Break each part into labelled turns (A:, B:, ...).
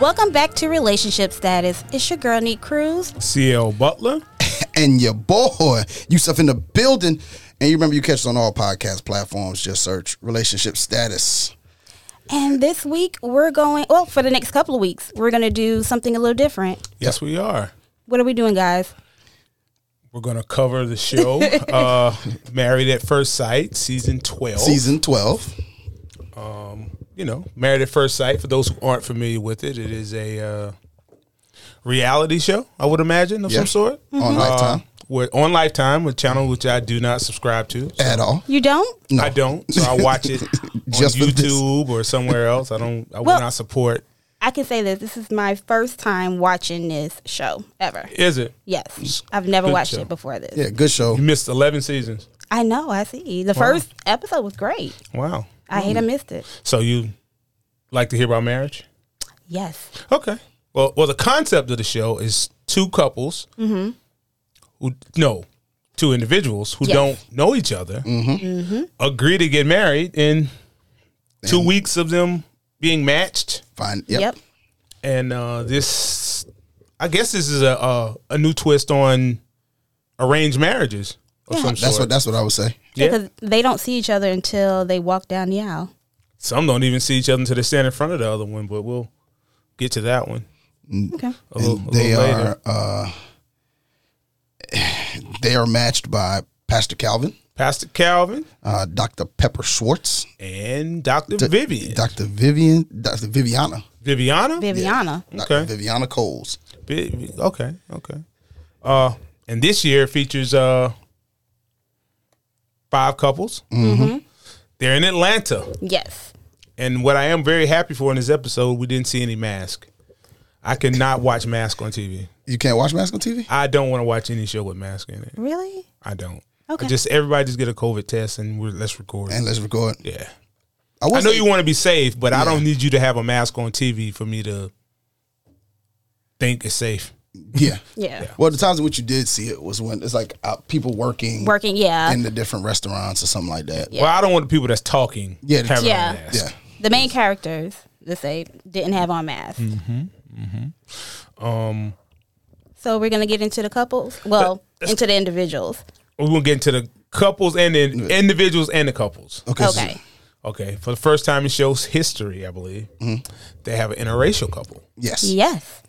A: Welcome back to Relationship Status. It's your girl, Neat Cruz.
B: CL Butler.
C: and your boy Yusuf in the building. And you remember you catch us on all podcast platforms. Just search relationship status.
A: And this week, we're going, well, for the next couple of weeks, we're going to do something a little different.
B: Yes, we are.
A: What are we doing, guys?
B: We're gonna cover the show, uh, Married at First Sight, season twelve.
C: Season twelve.
B: you know, Married at First Sight. For those who aren't familiar with it, it is a uh, reality show, I would imagine, of
C: Yeah.
B: some sort.
C: On Lifetime.
B: Where, on Lifetime, a channel which I do not subscribe to.
C: At all.
A: You don't?
C: Eh, No.
B: I don't, so I watch it
C: Just
B: on
C: for this.
B: YouTube or somewhere else. I don't. I
A: Well-
B: will not support.
A: I can say this. This is my first time watching this show ever.
B: Is it?
A: Yes. I've never
B: Good
A: watched
B: show.
A: it before this.
C: Yeah, good show.
B: You missed eleven seasons.
A: I know. I see. The first episode was great.
B: Wow.
A: I hate I missed it.
B: So you like to hear about marriage?
A: Yes.
B: Okay. Well, well, the concept of the show is two couples who no, two individuals who
A: Yes.
B: don't know each other
C: Mm-hmm.
B: agree to get married in two weeks of them being matched,
C: Fine.
A: Yep.
C: Yep.
B: and uh, this, I guess, this is a a, a new twist on arranged marriages. Of some
C: That's
B: sort.
C: what that's what I would say.
B: Yeah.
A: Because they don't see each other until they walk down the aisle.
B: Some don't even see each other until they stand in front of the other one, but we'll get to that one
A: Okay.
B: a little, a
C: They
B: little later.
C: are uh they are matched by Pastor Calvin,
B: Pastor Calvin
C: uh, Dr. Pepper Schwartz,
B: and Dr. Vivian.
C: Dr. Vivian, Dr. Viviana.
B: Viviana?
A: Viviana.
C: Dr.
B: Okay.
C: Viviana Coles.
B: Bi- bi- Okay, okay. Uh, and this year features uh five couples. Mm-hmm. They're in Atlanta,
A: Yes.
B: and what I am very happy for in this episode, we didn't see any mask. I cannot watch mask on TV.
C: You can't watch Mask on TV?
B: I don't want to watch any show with mask in it.
A: Really?
B: I don't.
A: Okay.
B: Just everybody just get a COVID test and we're, let's record.
C: And let's record.
B: yeah.
C: will
B: I know
C: say-
B: you want to be safe, but I don't need you to have a mask on TV for me to think it's safe.
C: Yeah.
A: Yeah.
C: Well, the times in which you did see it was when it's like uh, people working
A: Working. Yeah.
C: in the different restaurants or something like that.
B: Well, I don't want the people that's talking
C: Yeah,
B: having
A: Yeah.
B: a mask.
C: Yeah.
A: the main characters that they didn't have on masks.
B: Um,
A: So we're gonna get into the couples. Well,
B: let's-
A: into the individuals.
B: we're gonna get into the couples and the individuals and the couples.
C: Okay. so-
A: Okay.
B: Okay, for the first time in show's history, I believe they have an interracial couple,
C: yes.
A: Yes.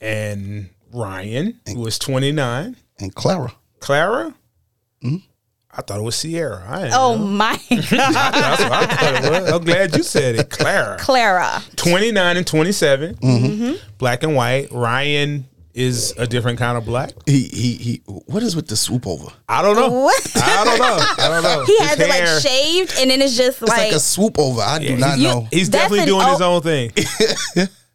B: and Ryan, who is twenty nine,
C: And Clara.
B: Clara. I thought it was Sierra. I didn't
A: Oh
B: know.
A: my God,
B: That's what I thought it was. I'm glad you said it, Clara.
A: Clara.
B: 29 and 27,
A: Mm-hmm.
B: black and white. Ryan is a different kind of black.
C: He he he. What is with the swoop over?
B: I don't know.
A: What?
B: I don't know. I don't know.
A: He
B: His
A: has it
B: hair-
A: like shaved, and then it's just
C: It's like,
A: like,
C: a swoop over. I do not
A: you-
C: know.
B: He's
A: That's
B: definitely
A: an
B: doing his
A: o-
B: own thing.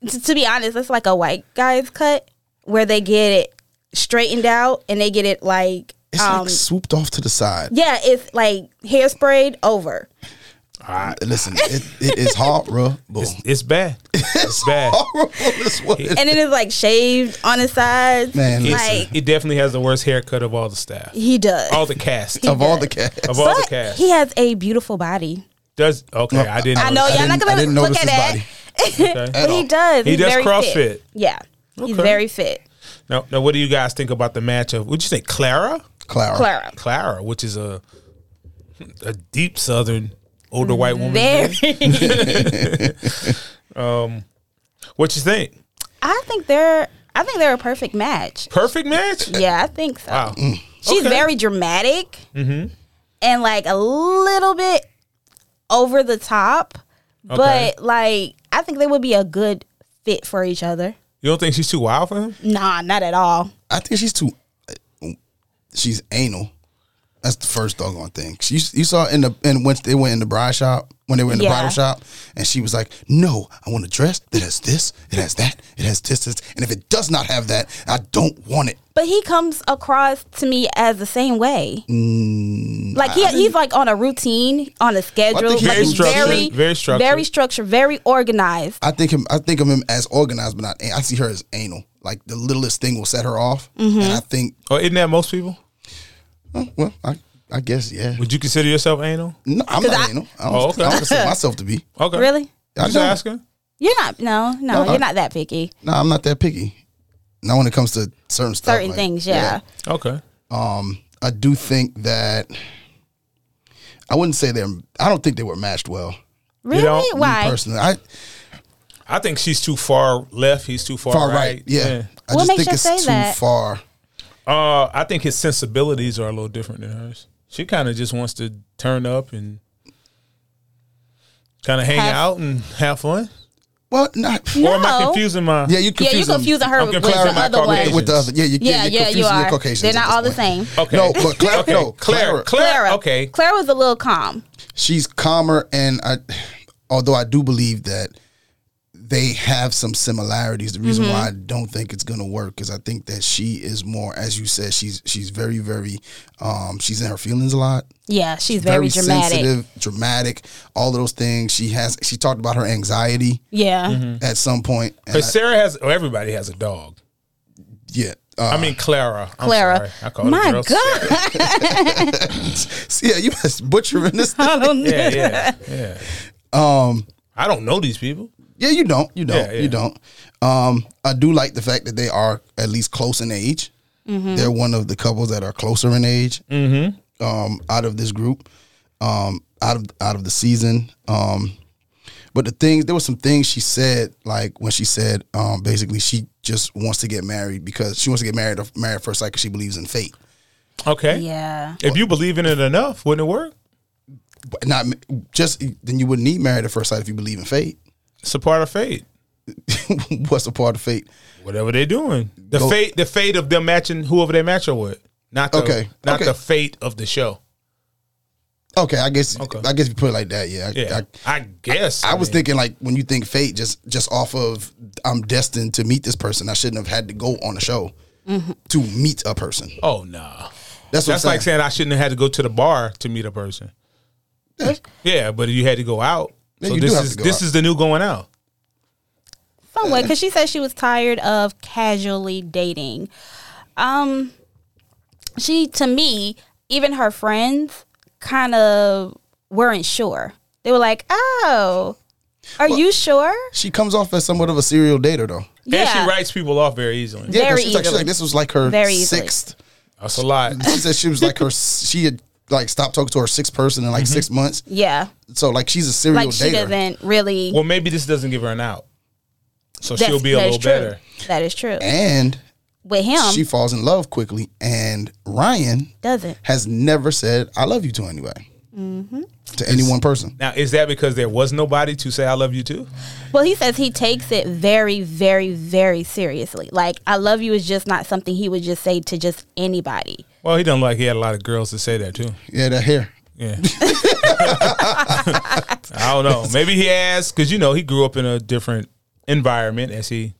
A: t- to be honest, it's like a white guy's cut where they get it straightened out and they get it like,
C: It's
A: um,
C: like swooped off to the side.
A: yeah, it's like hairsprayed over.
C: Listen, it, it is horrible.
B: It's bad. It's bad.
C: horrible is what it-
A: And then it's like shaved on the sides.
C: Man,
B: It's-
A: like
B: he definitely has the worst haircut of all the staff,
A: he does.
B: all the cast,
C: of all the cats.
B: of all the
A: but
B: cast.
A: he has a beautiful body.
B: Does okay? I didn't.
A: I know
B: notice
A: y'all
C: didn't-
A: not gonna
C: I didn't
A: look
C: notice
A: at
C: his
A: that.
C: body.
B: that. Okay.
C: At
A: But he
C: all.
A: does.
B: He
A: He's
B: does
A: very
B: CrossFit.
A: fit. Yeah, he's
B: Okay.
A: very fit.
B: Now, now, what do you guys think about the matchup? Would you say Clara,
C: Clara.
A: Clara,
B: Clara, which is a a deep Southern older white woman?
A: very.
B: What you think?
A: I think they're. I think they're a perfect match.
B: Perfect match.
A: Yeah, I think so.
B: Wow. Mm.
A: She's
B: Okay. Mm-hmm.
A: very dramatic and like a little bit over the top,
B: Okay.
A: but like I think they would be a good fit for each other.
B: You don't think she's too wild for him?
A: Nah, not at all.
C: I think she's too. She's anal. That's the first doggone thing. She, you saw in the and when they went in the bride shop when they were in the
A: Yeah.
C: bridal shop, and she was like, "No, I want a dress that has this, it has that, it has this, this, and if it does not have that, I don't want it."
A: But he comes across to me as the same way. like he, he's like on a routine, on a schedule.
C: Mm, think he's
A: like
C: Very
A: he's very,
B: structured, very structured.
A: very structured, very organized.
C: I think him. I think of him as organized, but not. an- I see her as anal. Like the littlest thing will set her off,
A: Mm-hmm.
C: and I think.
B: Or isn't that most people?
C: oh, well, I, I guess yeah.
B: Would you consider yourself anal?
C: No, I'm not anal. I don't,
B: Oh, okay.
C: I don't consider myself to be.
B: Okay.
A: Really?
C: I
B: Just
C: don't.
B: asking.
A: You're not. No, no,
C: No.
A: you're not that picky.
C: No, I'm not that picky. Now, when it comes to certain stuff,
A: Certain
C: Oh, like-
A: things, yeah.
B: Okay.
C: Um, I do think that I wouldn't say they're. I don't think they were matched well. me
A: Really?
B: don't- you
A: Why?
C: Personally, I
B: I think she's too far left. He's too far,
C: far right.
B: right.
C: Yeah. I
A: What makes
C: just think
A: you
C: it's
A: say
C: too
A: that?
C: far.
B: Uh, I think his sensibilities are a little different than hers. She kind of just wants to turn up and kind of hang
A: Have-
B: out and have fun.
C: Well, not.
B: Or am I
A: No.
B: confusing my?
C: Yeah, you
A: Yeah, you
C: confusing
A: confusing her
B: I'm
A: with the
B: confusing my
A: other one.
B: Caucasian.
C: with the other. Yeah, you,
A: Yeah,
C: yeah,
A: yeah,
C: you're
A: you
C: confusing
A: are.
C: your Caucasians.
A: They're
C: at
A: not
C: this
A: all the same.
C: point.
B: Okay.
C: No, but Clara- no, Clara-
B: Clara, Clara,
A: Clara.
B: Okay.
A: Clara was a little calm.
C: She's calmer, and I, although I do believe that they have some similarities, the reason
A: Mm-hmm.
C: why I don't think it's gonna work is I think that she is more, as you said, she's she's very very, um, she's in her feelings a lot.
A: Yeah, she's very, dramatic.
C: sensitive, dramatic, all of those things. She has. She talked about her anxiety
A: Yeah.
B: Mm-hmm.
C: at some point. And I,
B: But Sarah has. Oh, everybody has a dog.
C: yeah. Uh,
B: I mean Clara. I'm
A: Clara.
B: sorry. I call
A: My
B: her girl Sarah.
A: God.
C: so yeah, you was butchering this. Thing.
A: I don't know.
B: Yeah, yeah, yeah.
C: Um,
B: I don't know these people.
C: yeah, you don't. You don't.
B: Yeah, yeah.
C: You don't. Um, I do like the fact that they are at least close in age. They're one of the couples that are closer in age. Mm-hmm. Um, out of this group, um, out of out of the season. Um, but the things there were some things she said, like when she said, um, basically she just wants to get married because she wants to get married married first sight because she believes in fate.
B: Okay.
A: Yeah.
B: If you believe in it enough, wouldn't it work?
C: But not just then you wouldn't need married at first sight if you believe in fate.
B: It's a part of fate.
C: What's a part of fate?
B: Whatever they're doing, the
C: Go-
B: fate, the fate of them matching whoever they match her with, not the,
C: Okay,
B: not
C: okay.
B: the fate of the show.
C: Okay, I guess
B: Okay.
C: I guess if you put it like that, yeah. I-
B: Yeah,
C: I,
B: I, guess.
C: I was
B: mean,
C: thinking like when you think fate, just just off of I'm destined to meet this person. I shouldn't have had to go on a show
A: Mm-hmm.
C: to meet a person.
B: Oh nah. That's
C: That's what I'm
B: like
C: saying.
B: saying I shouldn't have had to go to the bar to meet a person. Yeah, but you had to go out.
C: Yeah,
B: so
C: you do
B: this
C: have
B: is
C: to go
B: this
C: out.
B: is the new going out.
A: Somewhat, because she said she was tired of casually dating. Um, she to me, even her friends, kind of weren't sure. They were like, "Oh, are you sure?"
C: she comes off as somewhat of a serial dater though.
B: And she writes people off very easily.
C: Yeah, 'cause
A: Very
C: she's like, she's
A: easily.
C: like this was like her
A: Very easily.
C: sixth.
B: That's a lot.
C: She said she was like her. She had like stopped talking to her sixth person in like
B: Mm-hmm.
C: six months.
A: yeah,
C: So like she's a serial
A: like
C: dater.
A: she doesn't really.
B: Well, maybe this doesn't give her an out. So
A: that's-
B: she'll be a
A: that is
B: little
A: true.
B: better.
A: That is true.
C: And
A: With him,
C: she falls in love quickly. And Ryan
A: doesn't.
C: has never said "I love you" to anybody,
A: Mm-hmm.
C: to any one person.
B: Now, is that because there was nobody to say I love you to?
A: Well, he says he takes it very, very, very seriously. Like, I love you is just not something he would just say to just anybody.
B: Well, he doesn't like he had a lot of girls to say that too.
C: Yeah, that hair.
B: Yeah. I don't know. Maybe he asked because you know he grew up in a different environment, as he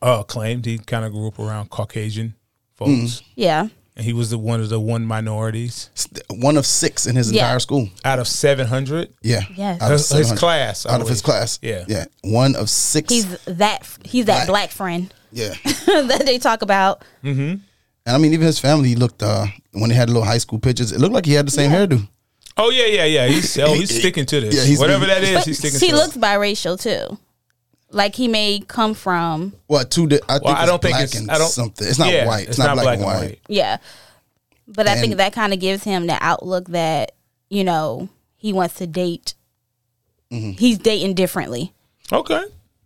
B: uh, claimed. He kind of grew up around Caucasian folks,
C: Mm.
A: Yeah.
B: and he was the one of the one minorities
C: St- One of six in his
A: Yeah.
C: entire school.
B: out of seven hundred.
C: Yeah.
A: Yes.
C: Out of
B: His, his
C: 700.
B: class, I
C: Out of his
B: believe.
C: class.
B: Yeah.
C: Yeah. One of six.
A: He's that, he's that
C: Black.
A: black friend
C: yeah.
A: that they talk about.
C: And I mean, even his family he looked, uh, when they had little high school pictures, it looked like he had the same hairdo.
B: Oh yeah, yeah, yeah. He's oh, he's sticking to this.
C: Yeah, he's-
B: Whatever that is,
A: But
B: he's sticking.
A: he
B: to
A: looks
B: It.
A: biracial too. Like, he may come from,
C: Well, two, di- I think
B: Well, I
C: it's
B: don't think
C: black
B: it's.
C: and
B: I don't.
C: something. It's not
B: yeah,
C: white. It's, not, black, and white.
A: yeah. But I think
C: And-
A: that kind of gives him the outlook that, you know, he wants to date. He's dating differently.
B: Okay.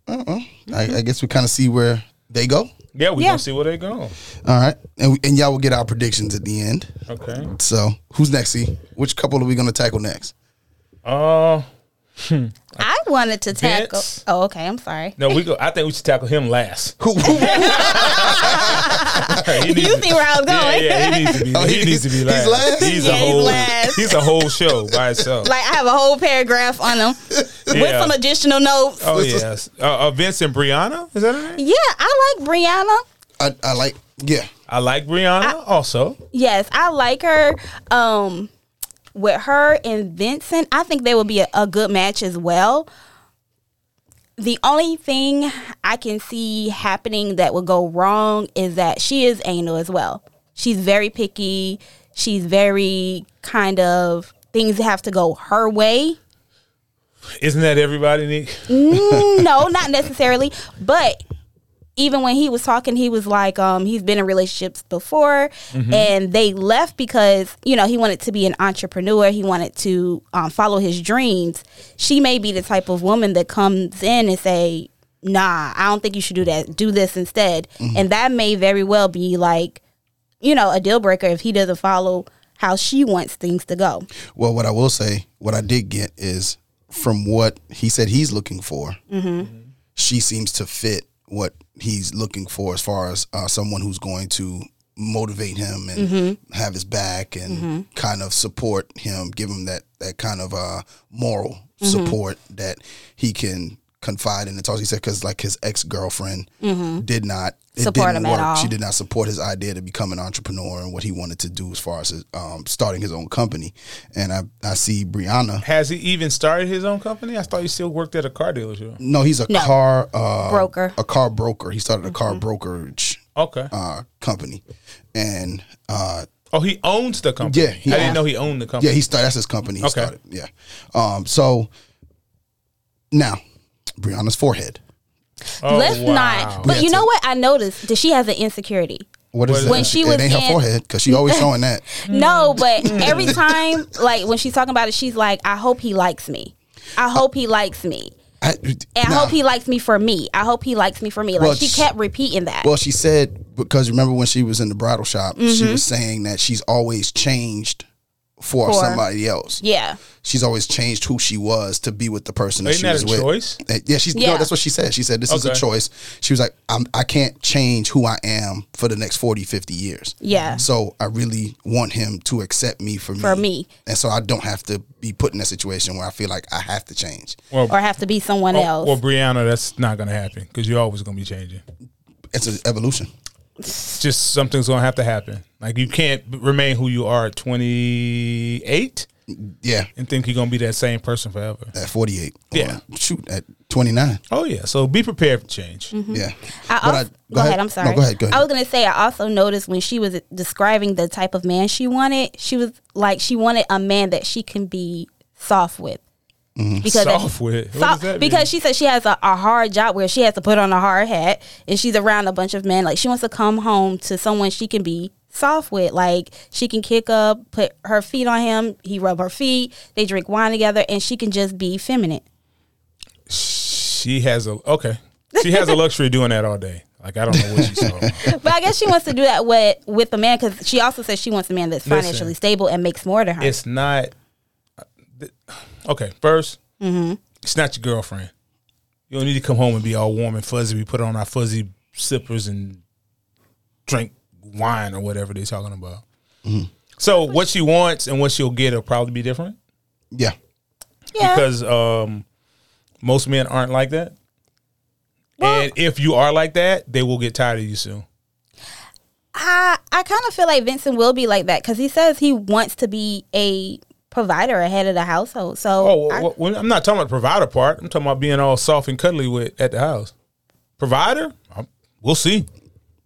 C: I, I guess we kind of see where they go.
B: Yeah, we
A: Yeah.
B: gonna see where they go.
C: All right. And, we, and y'all will get our predictions at the end.
B: Okay.
C: So who's next, C? Which couple are we going to tackle next?
B: Uh
A: I wanted to tackle.
B: Vince?
A: Oh, okay. I'm sorry.
B: no, we go. I think we should tackle him last.
C: Who? who
B: He needs
A: You
B: to-
A: see where I was
B: Yeah,
A: going.
B: yeah, he needs to be.
C: Oh,
B: he,
C: he-
B: needs to be
C: he's
B: last.
C: last?
B: He's
A: Yeah,
B: a
A: he's
B: whole.
A: last.
B: He's a whole show by itself.
A: Like I have a whole paragraph on them with
B: Yeah.
A: some additional notes.
B: oh yes, uh, uh, Vince and Brianna. Is that her name?
A: Yeah, I like Brianna.
C: I, I like, yeah.
B: I like Brianna also.
A: Yes, I like her. Um, with her and Vincent, I think they would be a, a good match as well. The only thing I can see happening that would go wrong is that she is anal as well. She's very picky. She's very kind of things have to go her way.
B: Isn't that everybody, Nick?
A: Mm, no, not necessarily. But even when he was talking, he was like, um, he's been in relationships before,
B: Mm-hmm.
A: and they left because you know he wanted to be an entrepreneur. He wanted to um, follow his dreams. She may be the type of woman that comes in and say, "Nah, I don't think you should do that. Do this instead."
B: Mm-hmm.
A: And that may very well be like, you know, a deal breaker if he doesn't follow how she wants things to go.
C: Well, what I will say, what I did get is from what he said he's looking for, she seems to fit what he's looking for as far as uh, someone who's going to motivate him and
A: Mm-hmm.
C: have his back and kind of support him, give him that that kind of uh, moral
A: Mm-hmm.
C: support that he can confide in and talk. He said because like his ex girlfriend did not
A: Mm-hmm.
C: it
A: Support
C: didn't
A: him at
C: work.
A: all.
C: She did not support his idea to become an entrepreneur and what he wanted to do as far as his, um, starting his own company. And I I see Brianna.
B: Has he even started his own company? I thought he still worked at a car dealership.
C: No, he's a
A: No.
C: car uh,
A: Broker. Mm-hmm.
C: A car broker. He started a car brokerage
B: Okay.
C: uh, company, and uh,
B: oh, he owns the company.
C: Yeah, he
B: I didn't
C: owns-
B: know he owned the
C: yeah,
B: company.
C: he started. That's his company. He
B: Okay.
C: started. Yeah. Um. So now, Brianna's forehead.
B: Oh,
A: Let's
B: wow.
A: not. But
C: Yeah,
A: you know
C: t-
A: what? I noticed that she has an insecurity.
C: What
B: What
C: is that?
B: is When
A: it? she was
C: it ain't her
A: in-
C: forehead because she always showing that.
A: No,
C: Mm.
A: but every time, like when she's talking about it, she's like, "I hope he likes me. I hope he likes me.
C: I,
A: And
C: nah.
A: I hope he likes me for me. I hope he likes me for me." Like
C: Well,
A: she
C: sh-
A: kept repeating that.
C: Well, she said because remember when she was in the bridal shop, she
A: Mm-hmm.
C: was saying that she's always changed for,
A: For-
C: somebody else.
A: yeah,
C: She's always changed who she was to be with the person that
B: Isn't
C: she
B: that
C: was
B: a
C: with.
B: choice?
C: Uh, Yeah, she's no.
A: Yeah.
C: That's what she said. She said this is a
B: Okay.
C: choice. She was like, I'm, I can't change who I am for the next 40, 50 years.
A: Yeah.
C: So I really want him to accept me for me.
A: For me.
C: And so I don't have to be put in a situation where I feel like I have to change.
B: Well,
A: or have to be someone
B: oh,
A: else.
B: well, Brianna, that's not going to happen because you're always going to be changing.
C: It's an evolution.
B: It's just something's going to have to happen. Like you can't b- remain who you are at 28
C: Yeah.
B: and think you're going to be that same person forever.
C: At 48.
B: Yeah.
C: Or, shoot, at 29.
B: Oh yeah, so be prepared for change.
C: Yeah.
A: Mm-hmm. I
C: But
A: also,
C: I-
A: go, ahead. I'm sorry.
C: No, go ahead. Go ahead.
A: I was gonna say I also noticed when she was describing the type of man she wanted, she was like she wanted a man that she can be soft with.
C: Mm-hmm.
A: Because
B: Soft with. What
A: So-
B: does that
A: because
B: mean?
A: she said she has a, a hard job where she has to put on a hard hat and she's around a bunch of men. Like she wants to come home to someone she can be soft with. Like she can kick up, put her feet on him, he rub her feet, they drink wine together, and she can just be feminine.
B: she has a okay. She has a luxury of doing that all day. Like I don't know what she saw.
A: But I guess she wants to do that with with a man because she also says she wants a man that's
B: Listen.
A: financially stable and makes more to her.
B: It's not. Okay, 1st it's not your girlfriend. You don't need to come home and be all warm and fuzzy. We put on our fuzzy slippers and drink wine or whatever they're talking about. Mm-hmm. So what she wants and what she'll get will probably be different
C: yeah.
A: yeah,
B: because um, most men aren't like that. and if you are like that, they will get tired of you soon.
A: I I kind of feel like Vincent will be like that because he says he wants to be a provider, a head of the household. So
B: Oh,
A: I-
B: well, well, I'm not talking about the provider part. I'm talking about being all soft and cuddly with at the house. Provider, I'm, we'll see.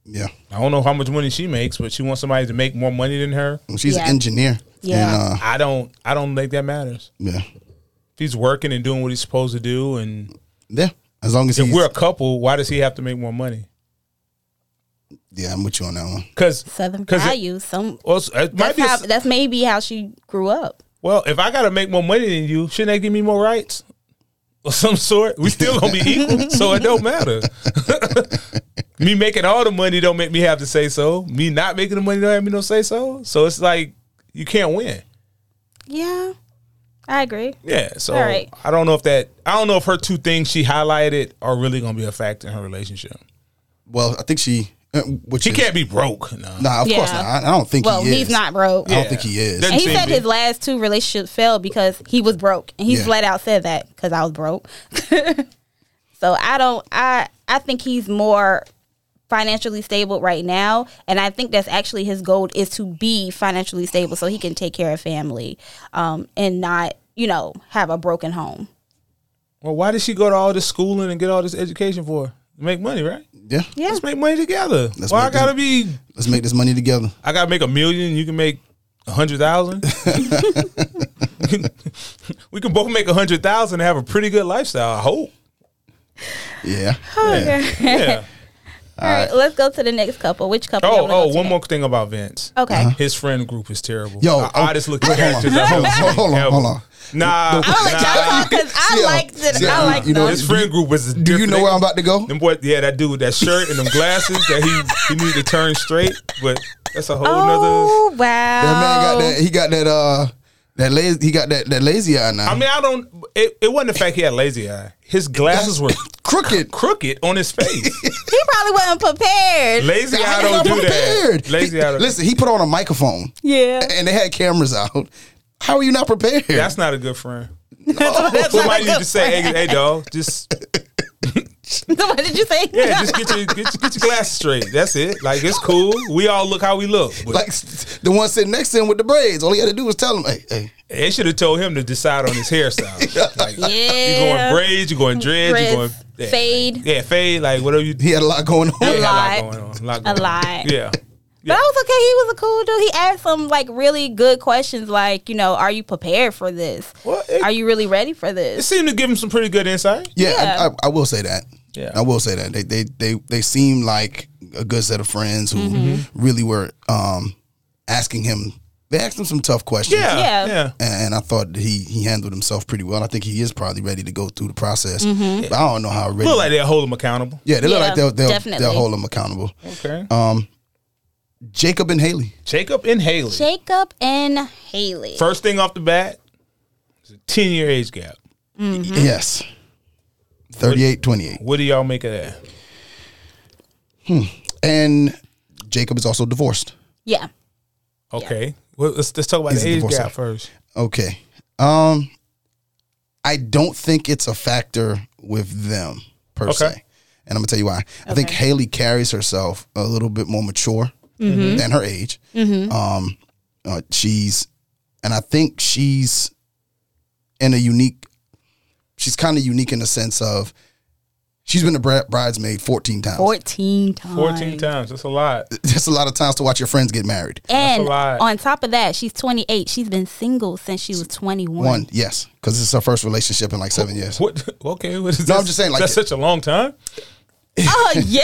C: Yeah.
B: I don't know how much money she makes, but she wants somebody to make more money than her.
C: And she's
A: Yeah.
C: an engineer.
A: Yeah.
C: And, uh,
B: I don't. I don't think that matters.
C: yeah.
B: If he's working and doing what he's supposed to do, and
C: Yeah. As long as
B: if
C: he's,
B: we're a couple, why does he have to make more money?
C: yeah, I'm with you on that one.
B: Because
A: Southern
B: because
A: values. Some
B: well, it's- it
A: that's,
B: might be a
A: how,
B: s
A: that's maybe how she grew up.
B: well. If I got to make more money than you, shouldn't they give me more rights of some sort? We still gonna be equal, so it don't matter. me making all the money don't make me have to say so. Me not making the money don't have me no say so. So it's like you can't win.
A: Yeah, I agree.
B: Yeah, so
A: All right.
B: I don't know if that I don't know if her two things she highlighted are really going to be a factor in her relationship.
C: Well, I think she. uh, Which
B: She
C: is-
B: can't be broke. No.
C: Nah, of
A: Yeah.
C: course not. I, I don't think
A: Well,
C: he is.
A: he's not broke.
C: I don't think he is.
B: Doesn't
A: And he
B: seem
A: said
B: to
A: his
B: be.
A: last two relationships failed because he was broke, and he
C: Yeah.
A: flat out said that because I was broke. so I don't. I I think he's more financially stable right now, and I think that's actually his goal is to be financially stable so he can take care of family, um, and not you know have a broken home.
B: Well, why did she go to all this schooling and get all this education for? Make money, right?
C: Yeah.
A: Yeah,
B: Let's make money together. Why I
C: make this-
B: gotta be?
C: Let's make this money together.
B: I gotta make a million. You can make a hundred thousand. we can both make a hundred thousand and have a pretty good lifestyle. I hope.
C: Yeah.
A: Okay.
B: Yeah.
A: All right, let's go to the next couple. Which couple?
B: oh,
A: y'all
B: oh,
A: wanna go
B: one
A: to
B: more Uh-huh. thing about Vince.
A: next? Okay.
B: His friend group is terrible.
C: Yo,
B: the
C: oh,
B: oddest looking
C: wait, hold on,
B: characters I've
C: hold on,
B: ever seen
C: hold on,
B: ever.
C: hold on.
B: Nah,
A: I'm gonna let y'all
B: nah.
A: talk because I
C: See, uh,
A: liked it.
C: see, uh,
A: I liked
C: you know,
A: those.
B: His friend group was.
C: Do you know where I'm about to go?
B: Them boy, yeah, that dude with that shirt and them glasses that he he needed to turn straight, but that's a whole nother.
A: Oh wow!
C: That man got that. He got that. Uh, that lazy. He got that. That lazy eye now.
B: I mean, I don't. It, it wasn't the fact he had lazy eye. His glasses were
C: crooked.
B: crooked on his face.
A: He probably wasn't prepared.
B: Lazy eye
C: How
B: don't
C: they
B: do
C: not
B: that.
C: prepared?
B: Lazy
C: He-
B: eye. Don't,
C: Listen, he put on a microphone.
A: yeah.
C: and they had cameras out. How are you not prepared?
B: that's not a good friend.
A: That's not
B: Somebody
A: a
B: need to
A: good
B: say, "Hey,
A: friend.
B: hey, dog, just
A: what did you say?
B: yeah, just get your get your, get your glasses straight. That's it. Like it's cool. We all look how we look. But
C: Like s- the one sitting next to him with the braids. All he had to do was tell him, "Hey, hey,
B: they should have told him to decide on his hairstyle. Like, You
A: Yeah.
B: going braids? You going dreads? You going
A: Dreads,
B: yeah,
A: fade.
B: Yeah, fade. Like whatever you.
C: he had a lot going on."
B: yeah,
A: lot.
B: going on, a lot.
A: A
B: going on.
A: lot.
B: Yeah.
A: But I was okay. He was a cool dude. He asked some like really good questions, like you know, are you prepared for this?
B: Well, it-
A: are you really ready for
B: It
A: this?
B: seemed to give him some pretty good insight.
C: Yeah,
A: Yeah.
C: I, I, I will say that.
B: Yeah.
C: I will say that they they they they seem like a good set of friends who
A: Mm-hmm.
C: really were um asking him. They asked him some tough questions.
B: Yeah.
A: Yeah.
B: Yeah.
C: And and I thought that he he handled himself pretty well. I think he is probably ready to go through the process. But I don't know how ready.
B: Look like they'll hold him accountable.
C: yeah, they look
A: Mm-hmm. Yeah,
C: like they'll they'll,
A: definitely.
C: they'll hold him accountable.
B: Okay.
A: Um,
C: Jacob and Haley.
B: Jacob and Haley.
A: Jacob and Haley.
B: First thing off the bat, it's a 10 year age gap.
A: Mm-hmm.
C: Yes. 38 28.
B: What do y'all make of that?
C: And Jacob is also divorced.
A: yeah.
B: Okay. Well, let's, let's talk about
C: He's
B: the
C: a
B: age
C: divorcee.
B: gap first.
C: Okay. Um I don't think it's a factor with them per
B: Okay.
C: se. And I'm gonna tell you why. I think Haley carries herself a little bit more mature than her age. Um, uh, she's, and I think she's in a unique. She's kind of unique in the sense of she's been a bri- bridesmaid 14 times.
A: Fourteen times.
B: 14 times. That's a lot.
C: That's a lot of times to watch your friends get married.
A: And
B: a lot.
A: on top of that, she's 28. She's been single since she was 21.
C: One, yes, because this is her first relationship in like seven years.
B: What? Okay. What is
C: No,
B: that?
C: I'm just saying, like-
B: That's such a long time.
A: Oh, yeah.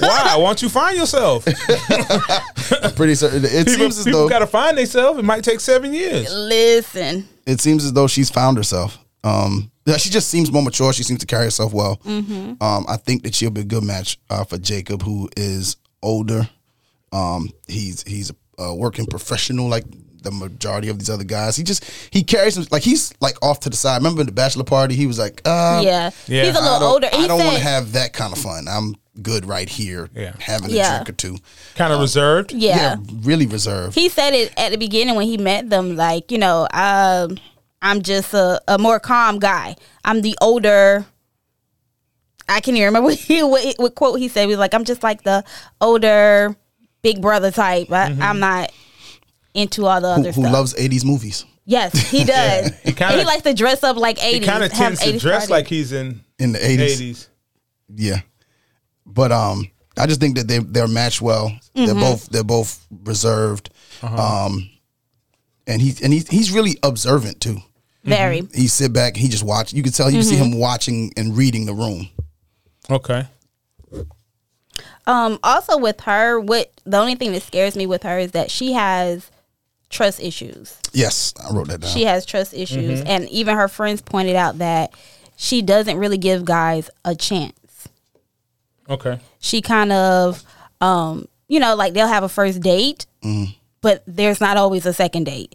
B: Why? Why don't you find yourself? People,
C: Pretty certain. It seems as though
B: people got to find themselves. It might take seven years.
A: Listen.
C: it seems as though she's found herself. Um, yeah, she just seems more mature. She seems to carry herself well.
A: Mm-hmm.
C: Um, I think that she'll be a good match uh, for Jacob, who is older. Um, he's he's a working professional like the majority of these other guys. He just he carries him like he's like off to the side. Remember the bachelor party? He was like, uh,
A: yeah.
B: Yeah.
A: He's a
C: I
A: little
C: don't,
A: older.
C: I
A: He
C: don't want to
A: said,
C: have that kind of fun. I'm good right here,
B: Yeah.
C: having a
A: Yeah.
C: drink or two.
B: Kind of reserved.
A: yeah.
C: really reserved.
A: He said it at the beginning when he met them, like, you know, um, I'm just a, a more calm guy. I'm the older. I can even remember what, he, what, what quote he said. He was like, I'm just like the older big brother type. I, I'm not into all the
C: who,
A: other
C: who
A: stuff.
C: loves 80s movies
A: Yes, he does.
B: He kinda-
A: And he likes to dress up like 80s.
B: He kind of
A: have
B: tends to
A: 80s
B: dress
A: parties.
B: like he's in
C: in the 80s.
B: 80s.
C: Yeah. But um I just think that they they're matched well. They're both they're both reserved.
B: Uh-huh.
C: Um and he and he, he's really observant too.
A: very.
C: He sit back, he just watch. You can tell you see him watching and reading the room.
B: Okay.
A: Um, also with her, what the only thing that scares me with her is that she has trust issues.
C: Yes, I wrote that down.
A: She has trust issues,
C: Mm-hmm.
A: and even her friends pointed out that she doesn't really give guys a chance.
B: Okay.
A: She kind of, um, you know, like they'll have a first date,
C: Mm-hmm.
A: but there's not always a second date.